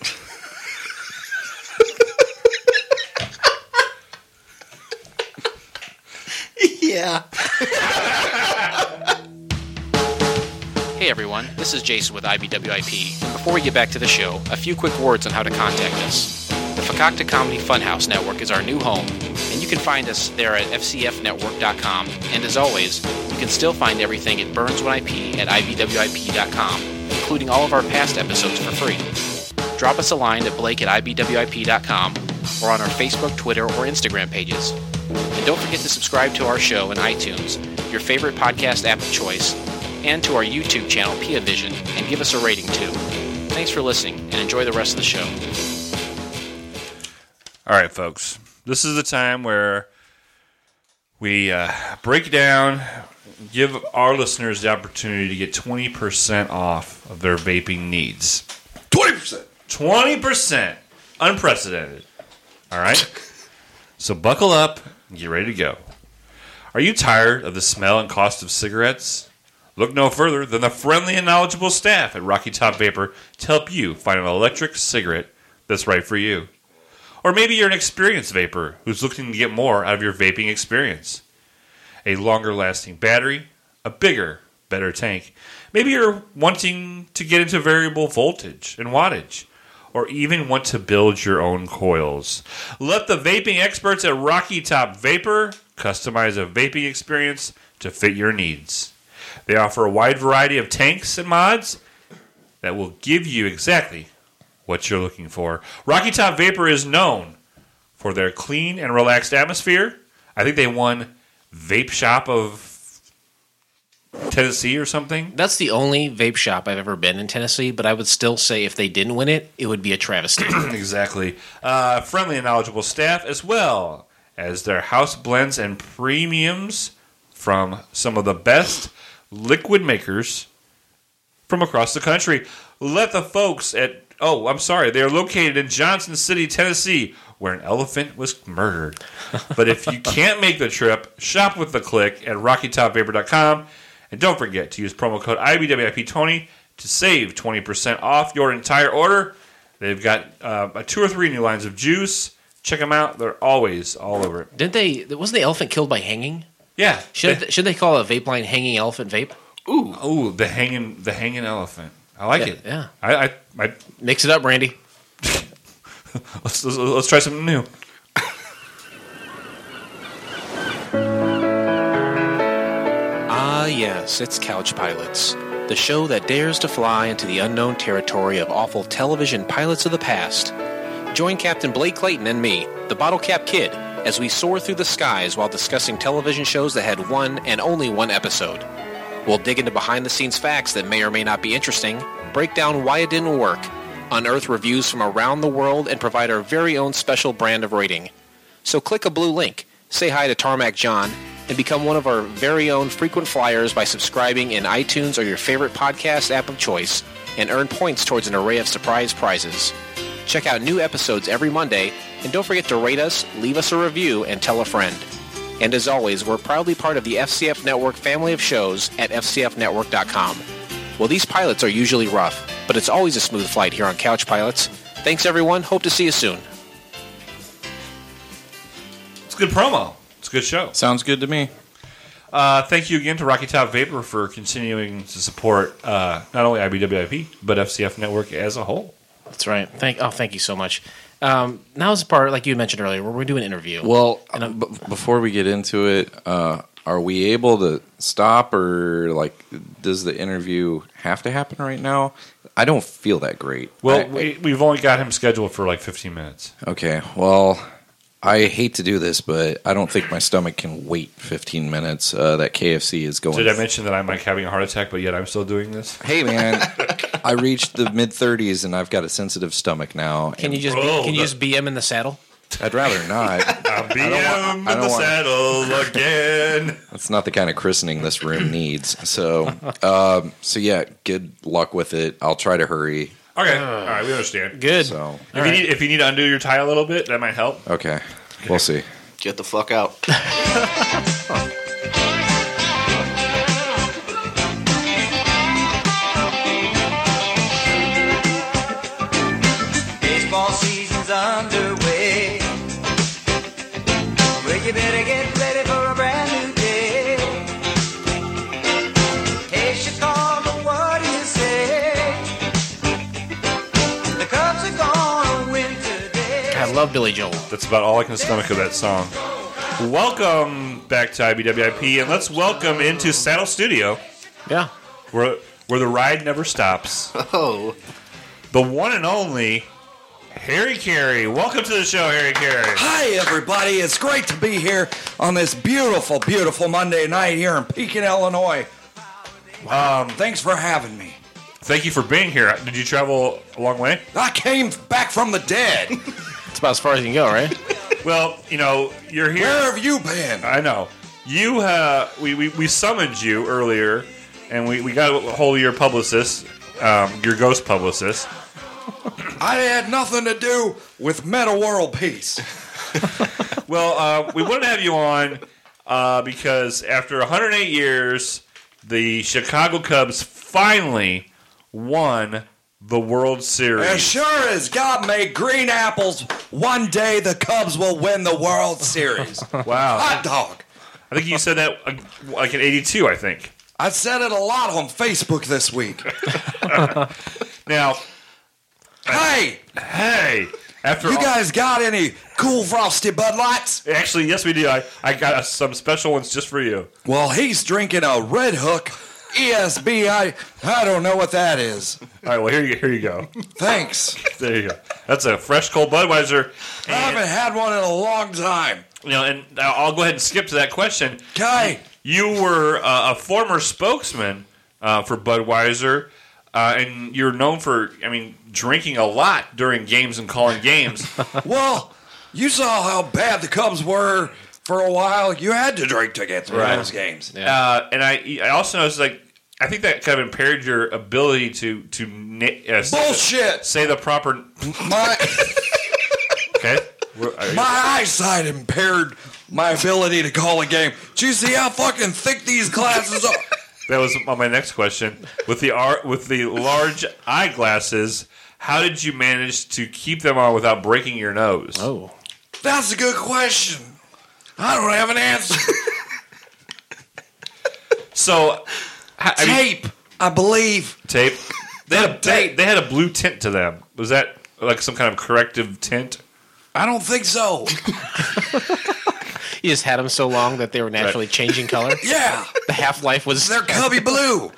[SPEAKER 7] Yeah.
[SPEAKER 8] Hey everyone, this is Jason with IBWIP. And before we get back to the show, a few quick words on how to contact us. The Fakakta Comedy Funhouse Network is our new home, and you can find us there at fcfnetwork.com. And as always, you can still find everything at burns1ip at ibwip.com, including all of our past episodes for free. Drop us a line at blake at ibwip.com or on our Facebook, Twitter, or Instagram pages. And don't forget to subscribe to our show in iTunes, your favorite podcast app of choice, and to our YouTube channel, Pia Vision, and give us a rating too. Thanks for listening and enjoy the rest of the show.
[SPEAKER 4] All right, folks. This is the time where we uh, break down, give our listeners the opportunity to get 20% off of their vaping needs.
[SPEAKER 6] 20%!
[SPEAKER 4] 20%! Unprecedented. All right? So buckle up and get ready to go. Are you tired of the smell and cost of cigarettes? Look no further than the friendly and knowledgeable staff at Rocky Top Vapor to help you find an electric cigarette that's right for you. Or maybe you're an experienced vapor who's looking to get more out of your vaping experience. A longer lasting battery, a bigger, better tank. Maybe you're wanting to get into variable voltage and wattage, or even want to build your own coils. Let the vaping experts at Rocky Top Vapor customize a vaping experience to fit your needs. They offer a wide variety of tanks and mods that will give you exactly what you're looking for. Rocky Top Vapor is known for their clean and relaxed atmosphere. I think they won Vape Shop of Tennessee
[SPEAKER 5] [CLEARS THROAT]
[SPEAKER 4] or something.
[SPEAKER 5] That's the only vape shop I've ever been in Tennessee, but I would still say if they didn't win it, it would be a travesty.
[SPEAKER 4] exactly. Uh, friendly and knowledgeable staff, as well as their house blends and premiums from some of the best liquid makers from across the country. Let the folks at oh, I'm sorry, they are located in Johnson City, Tennessee, where an elephant was murdered. but if you can't make the trip, shop with the click at RockyTopVapor.com, and don't forget to use promo code IBWIP20 to save 20% off your entire order. They've got uh, two or three new lines of juice. Check them out; they're always all over it.
[SPEAKER 5] Didn't they? Wasn't the elephant killed by hanging?
[SPEAKER 4] Yeah.
[SPEAKER 5] Should should they call a vape line hanging elephant vape?
[SPEAKER 4] oh, the hanging the hanging elephant. I like
[SPEAKER 5] Yeah,
[SPEAKER 4] it.
[SPEAKER 5] yeah.
[SPEAKER 4] I, I, I
[SPEAKER 5] Mix it up, Randy.
[SPEAKER 4] let's, let's let's try something new.
[SPEAKER 5] Ah, yes, it's Couch Pilots, the show that dares to fly into the unknown territory of awful television pilots of the past. Join Captain Blake Clayton and me, the Bottle Cap Kid, as we soar through the skies while discussing television shows that had one and only one episode. We'll dig into behind-the-scenes facts that may or may not be interesting, break down why it didn't work, unearth reviews from around the world, and provide our very own special brand of rating. So click a blue link, say hi to Tarmac John, and become one of our very own frequent flyers by subscribing in iTunes or your favorite podcast app of choice and earn points towards an array of surprise prizes. Check out new episodes every Monday and don't forget to rate us, leave us a review, and tell a friend. And as always, we're proudly part of the FCF Network family of shows at FCFnetwork.com. Well, these pilots are usually rough, but it's always a smooth flight here on Couch Pilots. Thanks everyone. Hope to see you soon.
[SPEAKER 4] It's a good promo. It's a good show.
[SPEAKER 6] Sounds good to me.
[SPEAKER 4] Uh, thank you again to Rocky Top Vapor for continuing to support uh, not only IBWIP but FCF Network as a whole.
[SPEAKER 5] That's right. Thank oh, thank you so much. Um, now's the part, like you mentioned earlier, where we do an interview.
[SPEAKER 6] Well,
[SPEAKER 5] And I'm-
[SPEAKER 6] b- before we get into it, uh, are we able to stop or like does the interview have to happen right now? I don't feel that great.
[SPEAKER 4] Well,
[SPEAKER 6] I-
[SPEAKER 4] we, we've only got him scheduled for like 15 minutes.
[SPEAKER 6] okay. Well, I hate to do this, but I don't think my stomach can wait 15 minutes. Uh, that KFC is going.
[SPEAKER 4] Did I mention that I'm like having a heart attack, but yet I'm still doing [LAUGHS] this?
[SPEAKER 6] hey man, I reached the mid 30s and I've got a sensitive stomach now.
[SPEAKER 5] Can
[SPEAKER 6] and
[SPEAKER 5] you just
[SPEAKER 4] Bro,
[SPEAKER 5] be, can you
[SPEAKER 4] the-
[SPEAKER 5] just BM in the saddle?
[SPEAKER 6] I'd rather not.
[SPEAKER 4] [LAUGHS] I'm BM in
[SPEAKER 6] I
[SPEAKER 4] the
[SPEAKER 6] don't want-
[SPEAKER 4] saddle [LAUGHS] again.
[SPEAKER 6] That's not the kind of christening
[SPEAKER 4] [CLEARS THROAT]
[SPEAKER 6] this room needs. So, um, so yeah, good luck with it. I'll try to hurry.
[SPEAKER 4] Okay, all right, we understand.
[SPEAKER 5] Good.
[SPEAKER 6] So,
[SPEAKER 4] If, you need, if you need to undo your tie a little bit, that might help.
[SPEAKER 6] okay, we'll see.
[SPEAKER 7] Get the fuck out.
[SPEAKER 9] Baseball season's underway. Well, you better get ready for a brand new day. Hey, Chicago, what do you say? The Cubs are gonna win today.
[SPEAKER 5] I love Billy Joel.
[SPEAKER 4] That's about all I can stomach of that song. Welcome back to IBWIP, and let's welcome into Saddle Studio,
[SPEAKER 5] Yeah.
[SPEAKER 4] where where the ride never [LAUGHS] stops.
[SPEAKER 7] Oh,
[SPEAKER 4] The one and only Harry Carey. Welcome to the show, Harry Carey.
[SPEAKER 6] Hi, everybody. It's great to be here on this beautiful, beautiful Monday night here in Pekin, Illinois. Um, Thanks for having me.
[SPEAKER 4] Thank you for being here. Did you travel a long way?
[SPEAKER 6] I came back from the [LAUGHS] dead.
[SPEAKER 5] It's about as far as you can go, right? [LAUGHS]
[SPEAKER 4] Well, you know, you're here.
[SPEAKER 6] Where have you been?
[SPEAKER 4] I know. You uh, we, we we summoned you earlier, and we we got a hold of your publicist, um, your ghost publicist.
[SPEAKER 6] I had nothing to do with Meta World Peace.
[SPEAKER 4] Well, uh, we wanted to have you on uh, because after 108 years, the Chicago Cubs finally won the World Series.
[SPEAKER 6] As sure as God made green apples, one day the Cubs will win the World Series.
[SPEAKER 4] Wow.
[SPEAKER 6] [LAUGHS] Hot dog.
[SPEAKER 4] I think you said that uh, like in 82, I think.
[SPEAKER 6] I said it a lot on Facebook this week. [LAUGHS]
[SPEAKER 4] Now,
[SPEAKER 6] Hey,
[SPEAKER 4] hey, after
[SPEAKER 6] you
[SPEAKER 4] all-
[SPEAKER 6] guys got any cool frosty Bud Lights?
[SPEAKER 4] Actually, yes, we do. I, I got us some special ones just for you.
[SPEAKER 6] Well, he's drinking a Red Hook ESB. I, I don't know what that is.
[SPEAKER 4] All right, well here you here you go.
[SPEAKER 6] Thanks.
[SPEAKER 4] There you go. That's a fresh cold Budweiser.
[SPEAKER 6] I haven't had one in a long time.
[SPEAKER 4] You know, and I'll go ahead and skip to that question.
[SPEAKER 6] Okay.
[SPEAKER 4] You were uh, a former spokesman uh, for Budweiser, uh, and you're known for, I mean, drinking a lot during games and calling games.
[SPEAKER 6] Well, you saw how bad the Cubs were for a while. You had to drink to get through
[SPEAKER 4] Right.
[SPEAKER 6] those games.
[SPEAKER 4] uh, and I, I also noticed, like, I think that kind of impaired your ability to to ni- uh, say-
[SPEAKER 6] Bullshit.
[SPEAKER 4] say the proper.
[SPEAKER 6] My
[SPEAKER 4] Okay. We're- are you-
[SPEAKER 6] my eyesight impaired my ability to call a game. Do you see how fucking thick these glasses are?
[SPEAKER 4] That was on my next question. With the ar- with the large eyeglasses, how did you manage to keep them on without breaking your nose?
[SPEAKER 5] Oh.
[SPEAKER 6] That's a good question. I don't have an answer.
[SPEAKER 4] [LAUGHS] So I- I mean,
[SPEAKER 6] Tape, I believe.
[SPEAKER 4] tape. They had a
[SPEAKER 6] Tape.
[SPEAKER 4] they had a blue tint to them. Was that like some kind of corrective tint?
[SPEAKER 6] I don't think so.
[SPEAKER 5] You just had them so long that they were naturally changing color.
[SPEAKER 6] Yeah.
[SPEAKER 5] The half life was
[SPEAKER 6] They're cubby
[SPEAKER 4] [LAUGHS]
[SPEAKER 6] blue.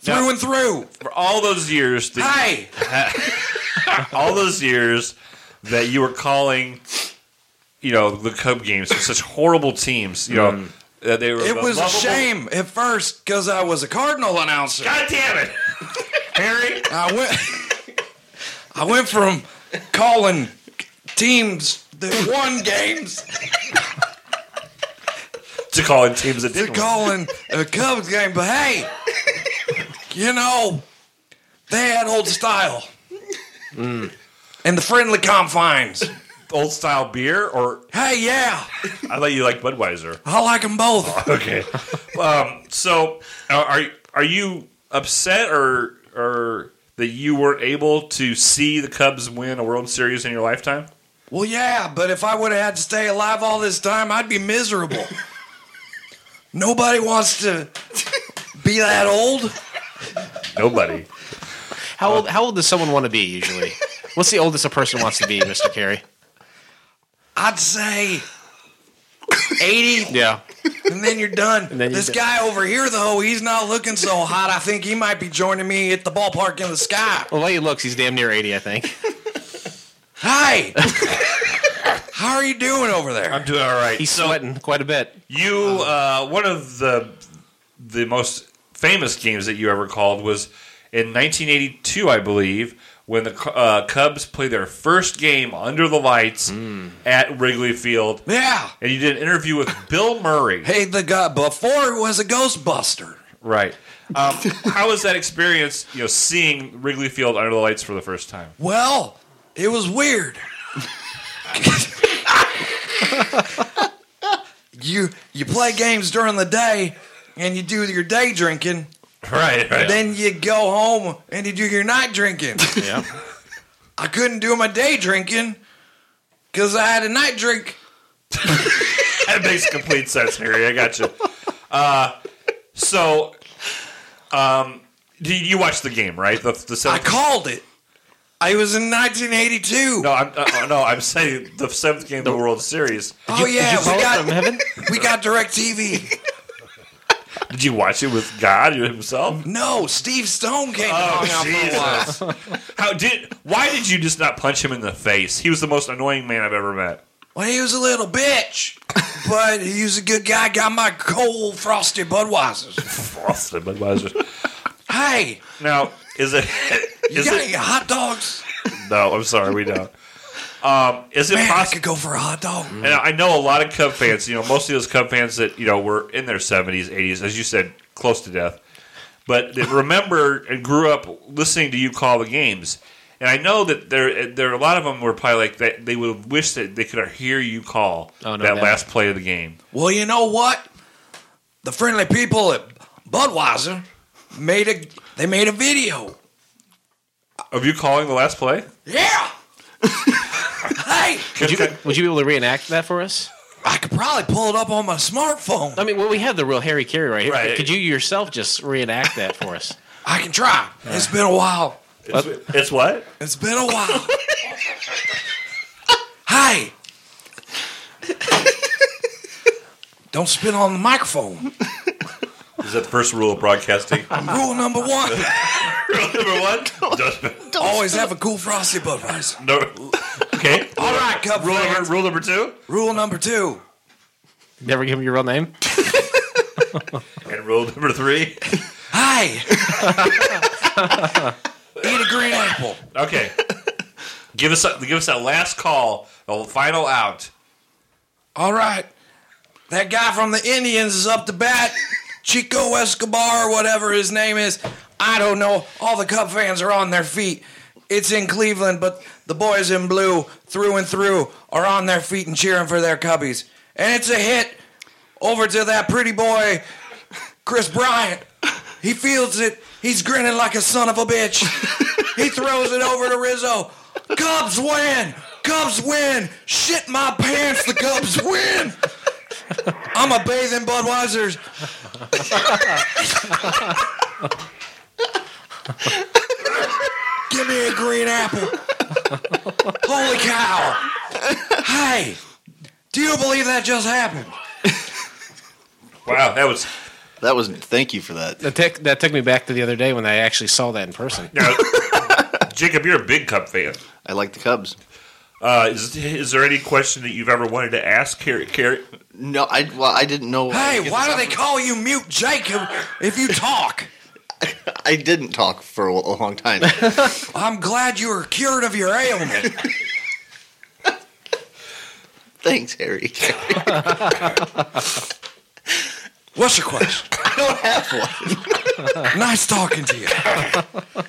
[SPEAKER 6] through and through.
[SPEAKER 4] For all those years, that
[SPEAKER 6] Hey,
[SPEAKER 4] all those years that you were calling, you know, the Cub games for such horrible teams. You know, that they were.
[SPEAKER 6] Mm. it was a
[SPEAKER 4] lovable-
[SPEAKER 6] shame at first because I was a Cardinal announcer.
[SPEAKER 4] God damn it, Harry!
[SPEAKER 6] I went, I went from calling teams that won games
[SPEAKER 4] [LAUGHS] To calling teams that
[SPEAKER 6] to
[SPEAKER 4] didn't.
[SPEAKER 6] calling a Cubs game. But hey, you know, they had old style
[SPEAKER 4] Mm.
[SPEAKER 6] and the friendly confines.
[SPEAKER 4] old style beer or
[SPEAKER 6] Hey, yeah,
[SPEAKER 4] I thought you liked Budweiser.
[SPEAKER 6] I like them both.
[SPEAKER 4] Okay. um, so are- are you- are you upset or or that you weren't able to see the Cubs win a World Series in your lifetime?
[SPEAKER 6] Well, yeah, but if I would have had to stay alive all this time, I'd be
[SPEAKER 5] [LAUGHS]
[SPEAKER 6] miserable. Nobody wants to be that old.
[SPEAKER 4] Nobody.
[SPEAKER 5] how old how old does someone want to be usually? What's the oldest a person wants to be, Mr. Carey?
[SPEAKER 6] I'd say 80,
[SPEAKER 5] Yeah.
[SPEAKER 6] and then you're done.
[SPEAKER 5] then you're
[SPEAKER 6] this
[SPEAKER 5] done.
[SPEAKER 6] guy over here, though, he's not looking so hot. I think he might be joining me at the ballpark in the
[SPEAKER 5] [LAUGHS]
[SPEAKER 6] sky.
[SPEAKER 5] Well, the way he looks, he's damn near 80, I think.
[SPEAKER 6] Hey!
[SPEAKER 10] How are you doing over there?
[SPEAKER 4] I'm doing all right.
[SPEAKER 5] He's
[SPEAKER 4] so
[SPEAKER 5] sweating quite a bit.
[SPEAKER 4] you, uh, one of the the most famous games that you ever called was in 1982, I believe, when the Cu- uh, Cubs played their first game under the lights at Wrigley Field,
[SPEAKER 10] yeah.
[SPEAKER 4] and you did an interview with Bill Murray.
[SPEAKER 10] Hey, the guy before was a Ghostbuster.
[SPEAKER 4] Right. Um, how was that experience? You know, seeing Wrigley Field under the lights for the first time.
[SPEAKER 10] Well, it was weird. you you play games during the day and you do your day drinking,
[SPEAKER 4] Right. Right.
[SPEAKER 10] then you go home and you do your night drinking.
[SPEAKER 4] Yeah.
[SPEAKER 10] I couldn't do my day drinking because I had a night drink.
[SPEAKER 4] [LAUGHS] that makes complete sense, Harry. I got you. Uh, so, um, do you watch the game, right? The, the
[SPEAKER 10] I
[SPEAKER 4] seventh.
[SPEAKER 10] called it. I was in 1982.
[SPEAKER 4] no, I'm, uh, no, I'm saying the seventh game of the World Series.
[SPEAKER 10] oh yeah,
[SPEAKER 5] Did you call
[SPEAKER 10] we
[SPEAKER 5] it
[SPEAKER 10] got
[SPEAKER 5] from heaven?
[SPEAKER 10] [LAUGHS] we got Direct TV.
[SPEAKER 4] [LAUGHS] Did you watch it with God himself?
[SPEAKER 10] No, Steve Stone came.
[SPEAKER 4] Oh,
[SPEAKER 10] along after a while.
[SPEAKER 4] Jesus! How did? Why did you just not punch him in the face? He was the most annoying man I've ever met.
[SPEAKER 10] Well, he was a little bitch, but he was a good guy. Got my cold, frosty Budweisers.
[SPEAKER 4] Frosted Budweiser.
[SPEAKER 10] Hey,
[SPEAKER 4] Now, is it? [LAUGHS]
[SPEAKER 10] you
[SPEAKER 4] Is
[SPEAKER 10] got
[SPEAKER 4] it?
[SPEAKER 10] any hot dogs?
[SPEAKER 4] No, I'm sorry, we don't. Um, is it
[SPEAKER 10] Man, I
[SPEAKER 4] possible?
[SPEAKER 10] could go for a hot dog.
[SPEAKER 4] And I know a lot of Cub fans, you know, mostly those Cub fans that, you know, were in their 70s, 80s, as you said, close to death, but that remember and grew up listening to you call the games. And I know that there, there are a lot of them were probably like that. They would have wished that they could hear you call
[SPEAKER 5] Oh, no
[SPEAKER 4] that
[SPEAKER 5] doubt.
[SPEAKER 4] last play of the game.
[SPEAKER 10] Well, you know what? The friendly people at Budweiser made a they made a video.
[SPEAKER 4] Of you calling the last play?
[SPEAKER 10] Yeah. [LAUGHS] hey,
[SPEAKER 5] Would you, would you be able to reenact that for us?
[SPEAKER 10] I could probably pull it up on my smartphone.
[SPEAKER 5] I mean, well, we have the real Harry Carey right here.
[SPEAKER 4] Right.
[SPEAKER 5] Could you yourself just reenact that for us?
[SPEAKER 10] I can try. It's been a while.
[SPEAKER 4] It's, it's what?
[SPEAKER 10] It's been a while. hey! Don't spit on the microphone.
[SPEAKER 4] Is that the first rule of [LAUGHS] broadcasting?
[SPEAKER 10] Rule number one
[SPEAKER 4] rule number one? Just,
[SPEAKER 10] always have a cool frosty Budweiser.
[SPEAKER 4] no, okay.
[SPEAKER 10] All right, Cub
[SPEAKER 4] Rule
[SPEAKER 10] fans.
[SPEAKER 4] number, rule number two?
[SPEAKER 10] Rule number two
[SPEAKER 5] Never give him your real name?
[SPEAKER 4] And rule number three? [LAUGHS]
[SPEAKER 10] hey! Eat a green apple.
[SPEAKER 4] Okay. give us give us that last call, the final out.
[SPEAKER 10] All right. That guy from the Indians is up to bat. Chico Escobar, whatever his name is. I don't know. All the Cub fans are on their feet. It's in Cleveland, but the boys in blue, through and through, are on their feet and cheering for their Cubbies. And it's a hit over to that pretty boy, Chris Bryant. He feels it. He's grinning like a son of a bitch. He throws it over to Rizzo. Cubs win! Cubs win! Shit my pants, the Cubs win! I'm a bathing Budweiser's. Give me a green apple. Holy cow. Hey, do you believe that just happened?
[SPEAKER 4] Wow, that was
[SPEAKER 7] That was. Thank you for that.
[SPEAKER 5] That, took that took me back to the other day when I actually saw that in person.
[SPEAKER 4] now, Jacob. You're a big Cup fan.
[SPEAKER 7] I like the Cubs.
[SPEAKER 4] Uh, is, is there any question that you've ever wanted to ask Carrie? Carrie?
[SPEAKER 7] No, I. Well, I didn't know.
[SPEAKER 10] Hey, why do they call you Mute Jacob if you talk?
[SPEAKER 7] I didn't talk for a, a long time.
[SPEAKER 10] I'm glad you were cured of your ailment.
[SPEAKER 7] Thanks, Harry. I
[SPEAKER 10] What's your question?
[SPEAKER 7] don't have one.
[SPEAKER 10] Nice talking to you.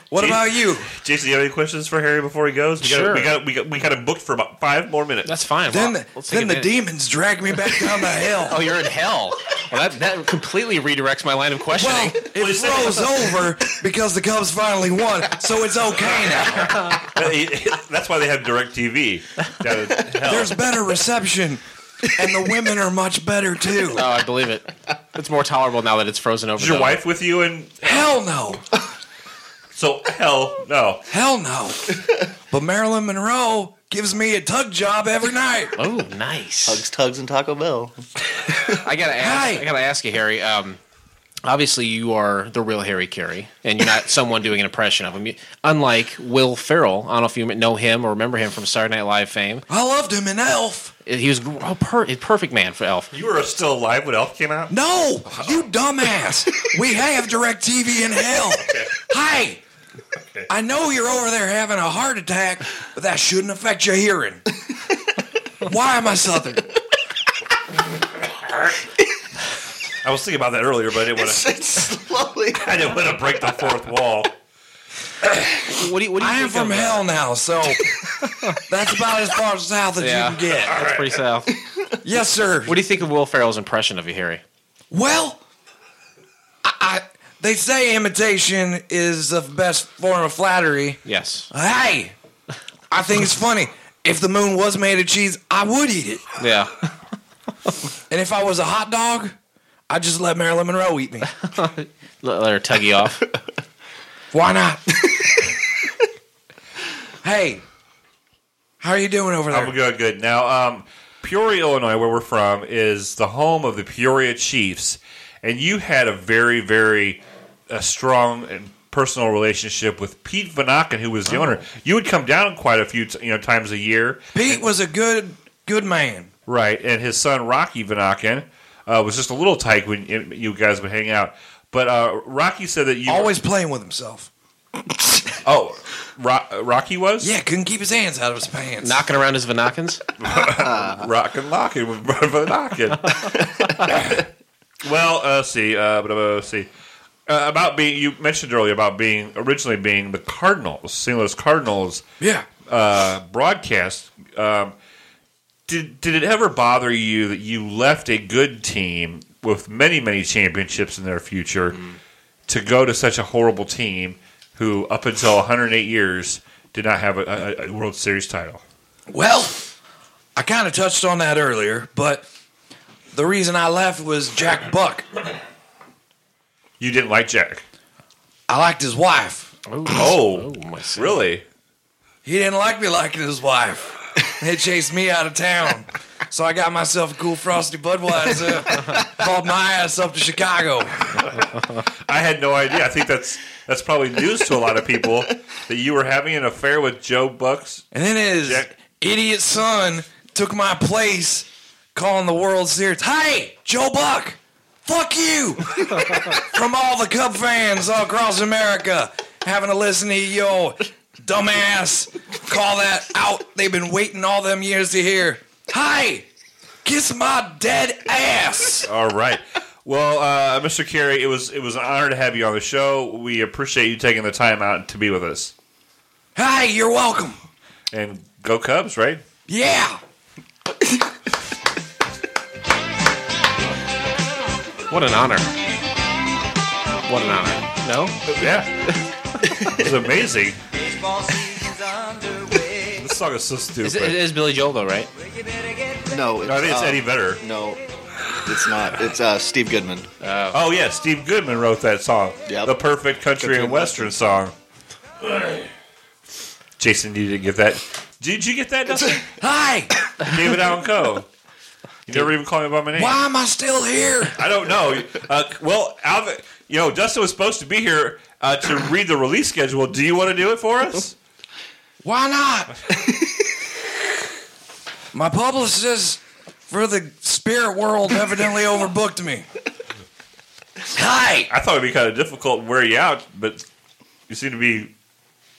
[SPEAKER 10] What about you?
[SPEAKER 4] Jason, you have any questions for Harry before he goes? We got,
[SPEAKER 5] Sure.
[SPEAKER 4] We got we got we got him booked for about five more
[SPEAKER 5] [LAUGHS]
[SPEAKER 4] minutes.
[SPEAKER 5] That's fine.
[SPEAKER 10] Then,
[SPEAKER 5] Well,
[SPEAKER 10] the,
[SPEAKER 5] let's take
[SPEAKER 10] then the
[SPEAKER 5] advantage.
[SPEAKER 10] demons drag me back down the
[SPEAKER 5] [LAUGHS] Oh,
[SPEAKER 10] hill.
[SPEAKER 5] you're in hell. Well, that, that completely redirects my line of
[SPEAKER 10] Well,
[SPEAKER 5] questioning.
[SPEAKER 10] it froze over because the Cubs finally won, so it's okay now.
[SPEAKER 4] That's why they have Direct TV.
[SPEAKER 10] [LAUGHS] There's better reception, and the women are much better too.
[SPEAKER 5] oh, I believe it. It's more tolerable now that it's frozen over.
[SPEAKER 4] Is your
[SPEAKER 5] though.
[SPEAKER 4] wife with you? And
[SPEAKER 10] Hell no.
[SPEAKER 4] so hell no.
[SPEAKER 10] Hell no. But Marilyn Monroe gives me a tug job every night.
[SPEAKER 5] Oh, nice.
[SPEAKER 7] Hugs, tugs, and Taco Bell.
[SPEAKER 5] I gotta ask.
[SPEAKER 10] Hi.
[SPEAKER 5] I gotta ask you, Harry. Um, obviously you are the real Harry Carey, and you're [LAUGHS] not someone doing an impression of him. You- Unlike Will Ferrell, I don't know if you know him or remember him from Saturday Night Live fame.
[SPEAKER 6] I loved him in Elf.
[SPEAKER 5] He was gr- oh, per- a perfect man for Elf.
[SPEAKER 4] You were still alive when Elf came out?
[SPEAKER 6] No, you dumbass. we have direct TV in hell. Hi. I know you're over there having a heart attack, but that shouldn't affect your hearing. Why am I Southern?
[SPEAKER 4] I was thinking about that earlier, but I didn't want to.
[SPEAKER 7] Slowly.
[SPEAKER 4] I didn't want to break the fourth wall.
[SPEAKER 5] What do you, what do you
[SPEAKER 6] I am
[SPEAKER 5] think of
[SPEAKER 6] from
[SPEAKER 5] that?
[SPEAKER 6] hell now, so that's about as far south as
[SPEAKER 5] Yeah.
[SPEAKER 6] you can get.
[SPEAKER 5] That's pretty south.
[SPEAKER 6] Yes, sir.
[SPEAKER 5] What do you think of Will Ferrell's impression of you, Harry?
[SPEAKER 6] Well, I, I, they say imitation is the best form of flattery.
[SPEAKER 5] Yes.
[SPEAKER 6] Hey, I think it's funny. If the moon was made of cheese, I would eat it.
[SPEAKER 5] Yeah.
[SPEAKER 6] And if I was a hot dog, I'd just let Marilyn Monroe eat me.
[SPEAKER 5] Let, let her tug you [LAUGHS] off.
[SPEAKER 6] Why not? hey, how are you doing over there?
[SPEAKER 4] I'm good, good. Now, um, Peoria, Illinois, where we're from, is the home of the Peoria Chiefs, and you had a very, very uh, strong and personal relationship with Pete Vanaken, who was the
[SPEAKER 6] Oh.
[SPEAKER 4] owner. You would come down quite a few, t- you know, times a year,
[SPEAKER 6] Pete was a good, good man.
[SPEAKER 4] right? And his son Rocky Vanaken uh, was just a little tyke when it- you guys would hang out. But uh, Rocky said that you
[SPEAKER 6] Always playing with himself.
[SPEAKER 4] oh Ro- Rocky was
[SPEAKER 6] Yeah, couldn't keep his hands out of his pants.
[SPEAKER 5] Knocking around his Vanakins?
[SPEAKER 4] Rock and locking with brother knocking. [LAUGHS] well, uh, see, uh, but, uh, see, uh, about being you mentioned earlier about being originally being the Cardinals, St. Louis Cardinals
[SPEAKER 6] yeah.
[SPEAKER 4] uh, broadcast. Um, did did it ever bother you that you left a good team with many many championships in their future to go to such a horrible team who up until 108 years did not have a, a, a World Series title?
[SPEAKER 6] Well, I kind of touched on that earlier, but the reason I left was Jack Buck.
[SPEAKER 4] You didn't like Jack.
[SPEAKER 6] I liked his wife.
[SPEAKER 4] Oh,
[SPEAKER 5] Oh, my son.
[SPEAKER 4] really?
[SPEAKER 6] He didn't like me liking his wife. He chased me out of town. So I got myself a cool frosty [LAUGHS] Budweiser, hauled my ass up to Chicago.
[SPEAKER 4] [LAUGHS] I had no idea. I think that's that's probably news to a lot of people that you were having an affair with Joe Buck's.
[SPEAKER 6] And then his
[SPEAKER 4] Jack-
[SPEAKER 6] idiot son took my place, calling the World Series. Hey, Joe Buck, fuck
[SPEAKER 4] [LAUGHS]
[SPEAKER 6] you! From all the Cub fans all across America, having to listen to your dumbass call that out. They've been waiting all them years to hear. Hey, kiss my dead ass.
[SPEAKER 4] All right. Well, uh, Mr. Carey, it was it was an honor to have you on the show. We appreciate you taking the time out to be with us.
[SPEAKER 6] Hey, you're welcome.
[SPEAKER 4] And go Cubs, right?
[SPEAKER 6] Yeah.
[SPEAKER 5] What an honor. What an honor. No?
[SPEAKER 4] Yeah. it's amazing.
[SPEAKER 9] Baseball season's underway.
[SPEAKER 4] This song is so
[SPEAKER 5] [LAUGHS]
[SPEAKER 4] stupid.
[SPEAKER 5] Is it, it is Billy Joel, though, right?
[SPEAKER 9] Well, you better get ready.
[SPEAKER 7] No, it's,
[SPEAKER 4] no, I think it's
[SPEAKER 7] uh,
[SPEAKER 4] Eddie Vedder.
[SPEAKER 7] No, it's not. It's uh, Steve Goodman.
[SPEAKER 4] Oh yeah, Steve Goodman wrote that song.
[SPEAKER 7] Yep.
[SPEAKER 4] The perfect country,
[SPEAKER 7] Country
[SPEAKER 4] and
[SPEAKER 7] and
[SPEAKER 4] western, song. Jason, you didn't get that. Did you get that, Dustin?
[SPEAKER 6] Hey,
[SPEAKER 4] David Allen Coe. You never even called me by my name.
[SPEAKER 6] why am I still here?
[SPEAKER 4] I don't know. Uh, well, Alvin, you know, Dustin was supposed to be here uh,
[SPEAKER 11] [CLEARS THROAT]
[SPEAKER 4] to read the release schedule. Do you want to do it for us?
[SPEAKER 6] Why not? My publicist for the spirit world evidently overbooked me. Hi!
[SPEAKER 4] I thought it'd be kind of difficult and wear you out, but you seem to be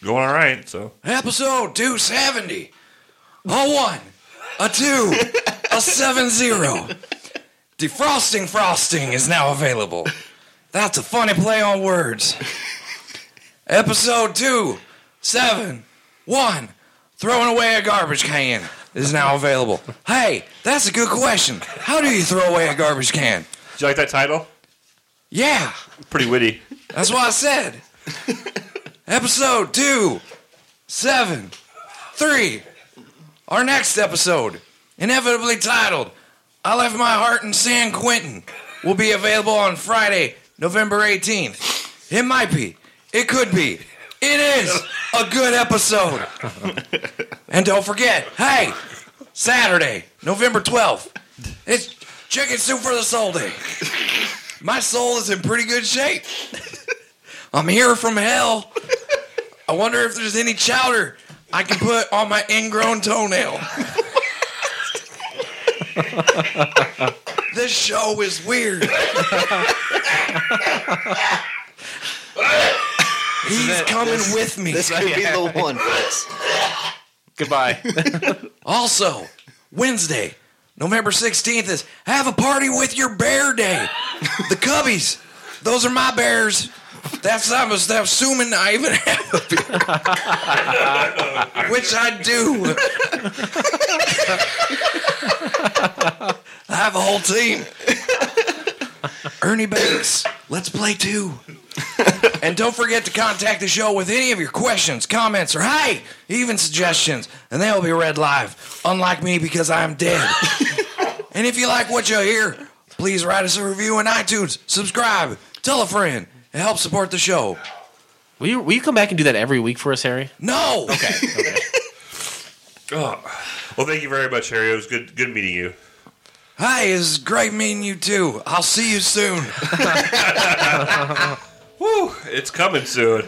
[SPEAKER 4] going all right. So
[SPEAKER 6] Episode 270. A one, a two, a seven zero. Defrosting Frosting is now available. That's a funny play on words. Episode two, seven, one, throwing away a garbage can is now available. Hey, that's a good question. How do you throw away a garbage can?
[SPEAKER 4] did you like that title?
[SPEAKER 6] Yeah,
[SPEAKER 4] Pretty witty.
[SPEAKER 6] that's what I said. episode two, seven, three. Our next episode, inevitably titled I Left My Heart in San Quentin, will be available on Friday, November 18th. It might be. It could be. It is a good episode. and don't forget, hey, Saturday, November 12th, it's Chicken Soup for the Soul Day.
[SPEAKER 10] My soul is in pretty good shape. I'm here from hell. I wonder if there's any chowder I can put on my ingrown toenail. this show is
[SPEAKER 7] [LAUGHS]
[SPEAKER 10] weird. He's coming with me.
[SPEAKER 7] This could be the one.
[SPEAKER 5] Goodbye.
[SPEAKER 10] Also, Wednesday, November 16th is have a party with your bear day. the Cubbies. Those are my bears. That's I was assuming I even have a bear. Which I do. I have a whole team. Ernie Banks, let's play two. And don't forget to contact the show with any of your questions, comments, or hey, even suggestions, and they'll be read live. Unlike me, because I'm dead. and if you like what you hear, please write us a review on iTunes, subscribe, tell a friend, and help support the show.
[SPEAKER 5] will, you, will you come back and do that every week for us, Harry? [LAUGHS]
[SPEAKER 10] No, okay.
[SPEAKER 11] Oh. Well, thank you very much, Harry. It was good good meeting you.
[SPEAKER 10] Hi, it's great meeting you too. I'll see you soon.
[SPEAKER 11] Woo! It's coming soon.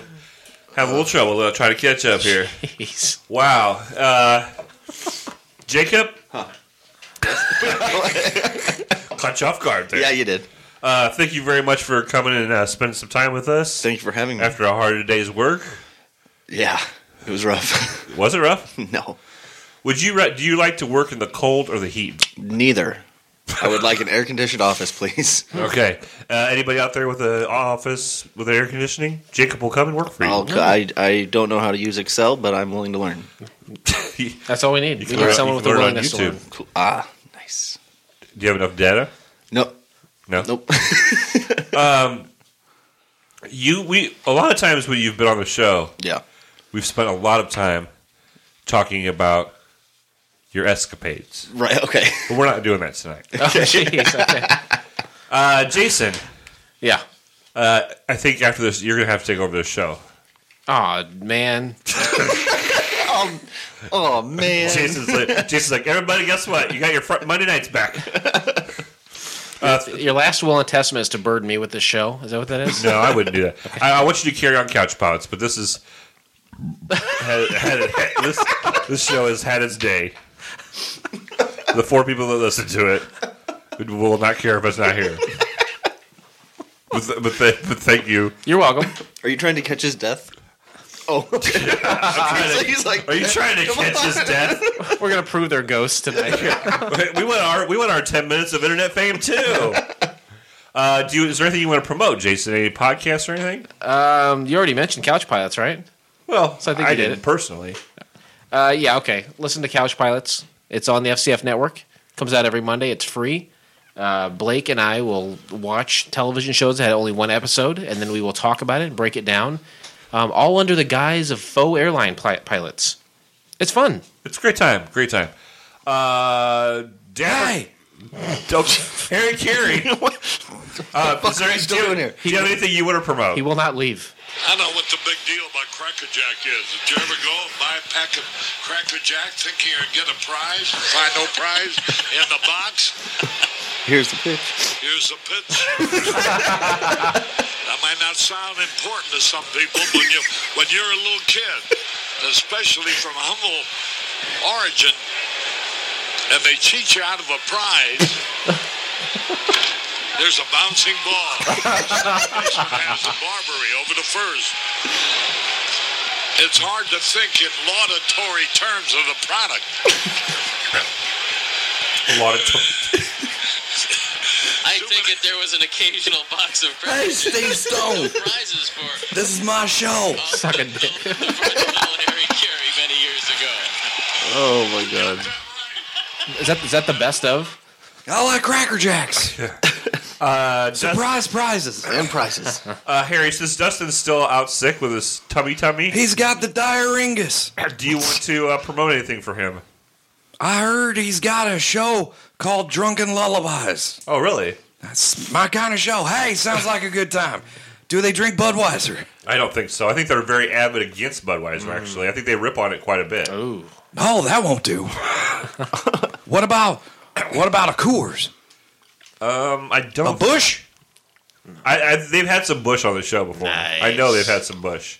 [SPEAKER 11] Have a little trouble though, trying to catch up here.
[SPEAKER 5] Jeez.
[SPEAKER 11] Wow. Uh, Jacob? [LAUGHS] Clutch off guard there.
[SPEAKER 7] Yeah, you did.
[SPEAKER 11] Uh, thank you very much for coming and uh, spending some time with us
[SPEAKER 7] Thank you for having me.
[SPEAKER 11] after a hard day's work.
[SPEAKER 7] Yeah, it was rough. [LAUGHS]
[SPEAKER 11] Was it rough?
[SPEAKER 7] no,
[SPEAKER 11] Would you re- do you like to work in the cold or the heat?
[SPEAKER 7] neither. I would like an air conditioned office, please.
[SPEAKER 11] Okay. Uh, anybody out there with an office with air conditioning? Jacob will come and work for you.
[SPEAKER 7] I'll, I, I don't know how to use Excel, but I'm willing to learn.
[SPEAKER 11] [LAUGHS] you
[SPEAKER 5] That's all we need.
[SPEAKER 11] can
[SPEAKER 5] We
[SPEAKER 11] learn-
[SPEAKER 5] need someone
[SPEAKER 11] you
[SPEAKER 5] with
[SPEAKER 11] can
[SPEAKER 5] a
[SPEAKER 11] learn on
[SPEAKER 5] willingness to learn. [LAUGHS]
[SPEAKER 7] Cool. Ah, nice.
[SPEAKER 11] Do you have enough data?
[SPEAKER 7] Nope.
[SPEAKER 11] No.
[SPEAKER 7] Nope.
[SPEAKER 11] You we a lot of times when you've been on the show,
[SPEAKER 7] yeah.
[SPEAKER 11] we've spent a lot of time talking about your escapades,
[SPEAKER 7] Right. Okay. [LAUGHS]
[SPEAKER 11] but we're not doing that tonight.
[SPEAKER 5] Oh, [LAUGHS] jeez. Okay.
[SPEAKER 11] [LAUGHS] Uh, Jason,
[SPEAKER 5] Yeah.
[SPEAKER 11] uh, I think after this, you're gonna have to take over this show.
[SPEAKER 5] Aw, man.
[SPEAKER 7] Oh man.
[SPEAKER 11] Jason's like, Jason's like, everybody, guess what? You got your front Monday nights back. Uh,
[SPEAKER 5] Your last will and testament is to burden me with this show. Is that what that is?
[SPEAKER 11] no, I wouldn't do that. I, I want you to carry on couch pods, but this is had, had, this this show has had its day. The four people that listen to it will not care if it's not here. But, th- but, th- but thank you.
[SPEAKER 5] You're welcome.
[SPEAKER 7] Are you trying to catch his death? Oh. [LAUGHS] He's like.
[SPEAKER 11] Are you trying to catch his death?
[SPEAKER 5] We're gonna prove they're ghosts tonight.
[SPEAKER 11] [LAUGHS] we want our we want our ten minutes of internet fame too. Uh, do you, is there anything you want to promote, Jason? Any podcasts or anything?
[SPEAKER 5] Um, you already mentioned Couch Pilots, right?
[SPEAKER 11] Well,
[SPEAKER 5] So I think you did
[SPEAKER 11] didn't
[SPEAKER 5] it.
[SPEAKER 11] personally.
[SPEAKER 5] Uh, yeah, okay. Listen to Couch Pilots. It's on the FCF network. Comes out every Monday. It's free. Uh, Blake and I will watch television shows that had only one episode, and then we will talk about it and break it down, um, all under the guise of faux airline pli- pilots. It's fun.
[SPEAKER 11] It's a great time. Great time. Uh, Danny, [LAUGHS] don't Harry Carey. [LAUGHS] what uh, is there,
[SPEAKER 7] he's
[SPEAKER 11] do you-
[SPEAKER 7] doing here?
[SPEAKER 11] Do you have anything you want to promote?
[SPEAKER 5] He will not leave.
[SPEAKER 4] I know what the big deal about Cracker Jack is. Did you ever go and buy a pack of Cracker Jack thinking you'd get a prize and find no prize in the box?
[SPEAKER 7] Here's the pitch.
[SPEAKER 4] Here's the
[SPEAKER 11] [LAUGHS]
[SPEAKER 4] pitch. that might not sound important to some people when you when you're a little kid, especially from humble origin, and they cheat you out of a prize. There's a bouncing
[SPEAKER 11] [LAUGHS]
[SPEAKER 4] ball. Mason Pass to Marbury over to first. It's hard to think in laudatory terms of the product.
[SPEAKER 11] a lot of
[SPEAKER 12] I think if there was an occasional box of
[SPEAKER 10] Hey, Steve Stone,
[SPEAKER 12] prizes for
[SPEAKER 10] this is my show.
[SPEAKER 5] Suck a dick.
[SPEAKER 12] the original Harry Carey many years ago.
[SPEAKER 7] Oh my god.
[SPEAKER 5] Is that is that the best of?
[SPEAKER 10] I like Cracker Jacks.
[SPEAKER 11] uh, Dust-
[SPEAKER 10] Prize prizes.
[SPEAKER 7] And prices.
[SPEAKER 11] uh, Harry, since Dustin's still out sick with his tummy tummy,
[SPEAKER 10] He's got the diaringus.
[SPEAKER 11] do you want to uh, promote anything for him?
[SPEAKER 10] I heard he's got a show called Drunken Lullabies.
[SPEAKER 11] Oh, really?
[SPEAKER 10] That's my kind of show. Hey, sounds like a good time. Do they drink Budweiser?
[SPEAKER 11] I don't think so. I think they're very avid against
[SPEAKER 7] Hmm.
[SPEAKER 11] Budweiser. Actually, I think they rip on it quite a bit.
[SPEAKER 7] Oh.
[SPEAKER 5] Ooh.
[SPEAKER 10] No, that won't do. what about what about a Coors?
[SPEAKER 11] Um, I
[SPEAKER 10] A
[SPEAKER 11] don't.
[SPEAKER 10] Bush?
[SPEAKER 11] I, I, they've had some Bush on the show before. I know they've had some Bush.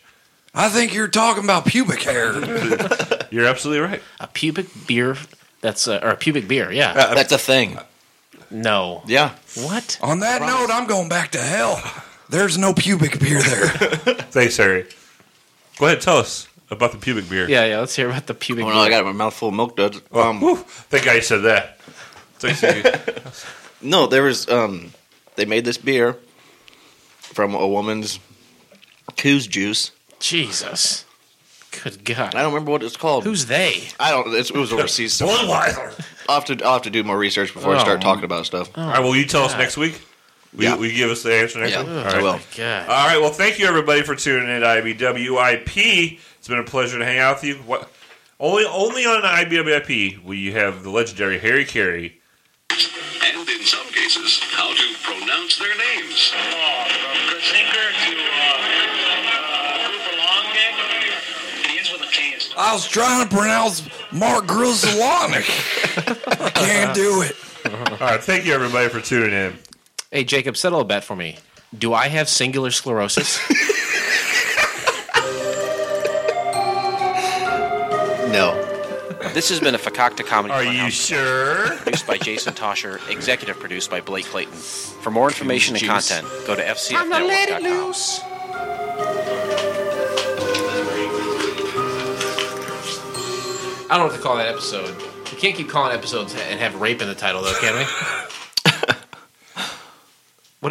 [SPEAKER 10] I think you're talking about pubic hair.
[SPEAKER 11] You're absolutely right.
[SPEAKER 5] A pubic beer. That's a, or a pubic beer. Yeah,
[SPEAKER 10] Uh, That's
[SPEAKER 5] a thing. No.
[SPEAKER 7] Yeah.
[SPEAKER 5] What?
[SPEAKER 10] On that note, I'm going back to hell. There's no pubic beer there.
[SPEAKER 11] Thanks, Harry. Go ahead, tell us about the pubic beer.
[SPEAKER 5] Yeah, yeah. Let's hear about the pubic.
[SPEAKER 7] Oh,
[SPEAKER 5] beer.
[SPEAKER 7] no, I got my mouth full of milk, dude. Um,
[SPEAKER 11] Thank God you said that. It's
[SPEAKER 10] [LAUGHS]
[SPEAKER 11] like-
[SPEAKER 7] no, there was. Um, they made this beer from a woman's coos juice.
[SPEAKER 5] Jesus. Good God.
[SPEAKER 7] I don't remember what it's called.
[SPEAKER 5] Who's they?
[SPEAKER 7] I don't. It's, it was overseas. somewhere.
[SPEAKER 11] Budweiser.
[SPEAKER 7] I'll have, to, I'll have to do more research before I
[SPEAKER 11] Oh.
[SPEAKER 7] start talking about stuff.
[SPEAKER 11] All right, will you tell us next week? Will, you, will you give us the answer next
[SPEAKER 7] Yeah,
[SPEAKER 11] week?
[SPEAKER 7] I
[SPEAKER 11] All right.
[SPEAKER 7] will.
[SPEAKER 11] All right, well, thank you everybody for tuning in to IBWIP. It's been a pleasure to hang out with you. What? Only, only on IBWIP will you have the legendary Harry Carey.
[SPEAKER 13] And in some cases, how to pronounce their names. Oh, from Kersinker to
[SPEAKER 10] I was trying to pronounce Mark Grizzlonic. I can't do it.
[SPEAKER 11] All right, thank you everybody for tuning in.
[SPEAKER 5] Hey, Jacob, settle a bet for me. Do I have singular [LAUGHS] sclerosis?
[SPEAKER 7] no.
[SPEAKER 14] This has been a Fakakta Comedy
[SPEAKER 11] Are
[SPEAKER 14] Club
[SPEAKER 11] you sure?
[SPEAKER 14] produced by Jason Tosher, executive produced by Blake Clayton. For more information and
[SPEAKER 5] Juice.
[SPEAKER 14] content, go to
[SPEAKER 5] Time to let
[SPEAKER 14] fcfnetwork.com.
[SPEAKER 5] it loose. I don't know what to call that episode. We can't keep calling episodes and have rape in the title, though, can
[SPEAKER 14] [LAUGHS]
[SPEAKER 5] we?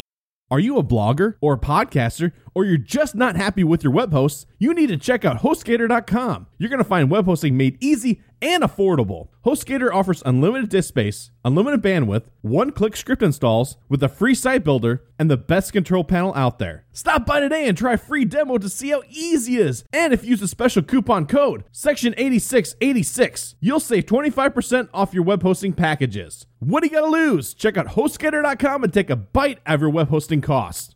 [SPEAKER 1] Are you a blogger or a podcaster, or you're just not happy with your web hosts? You need to check out HostGator.com. You're going to find web hosting made easy and affordable. HostGator offers unlimited disk space, unlimited bandwidth, one click script installs with a free site builder, and the best control panel out there. Stop by today and try a free demo to see how easy it is. And if you use the special coupon code, section 8686, you'll save 25% off your web hosting packages. What do you got to lose? Check out HostGator.com and take a bite out of your web hosting costs.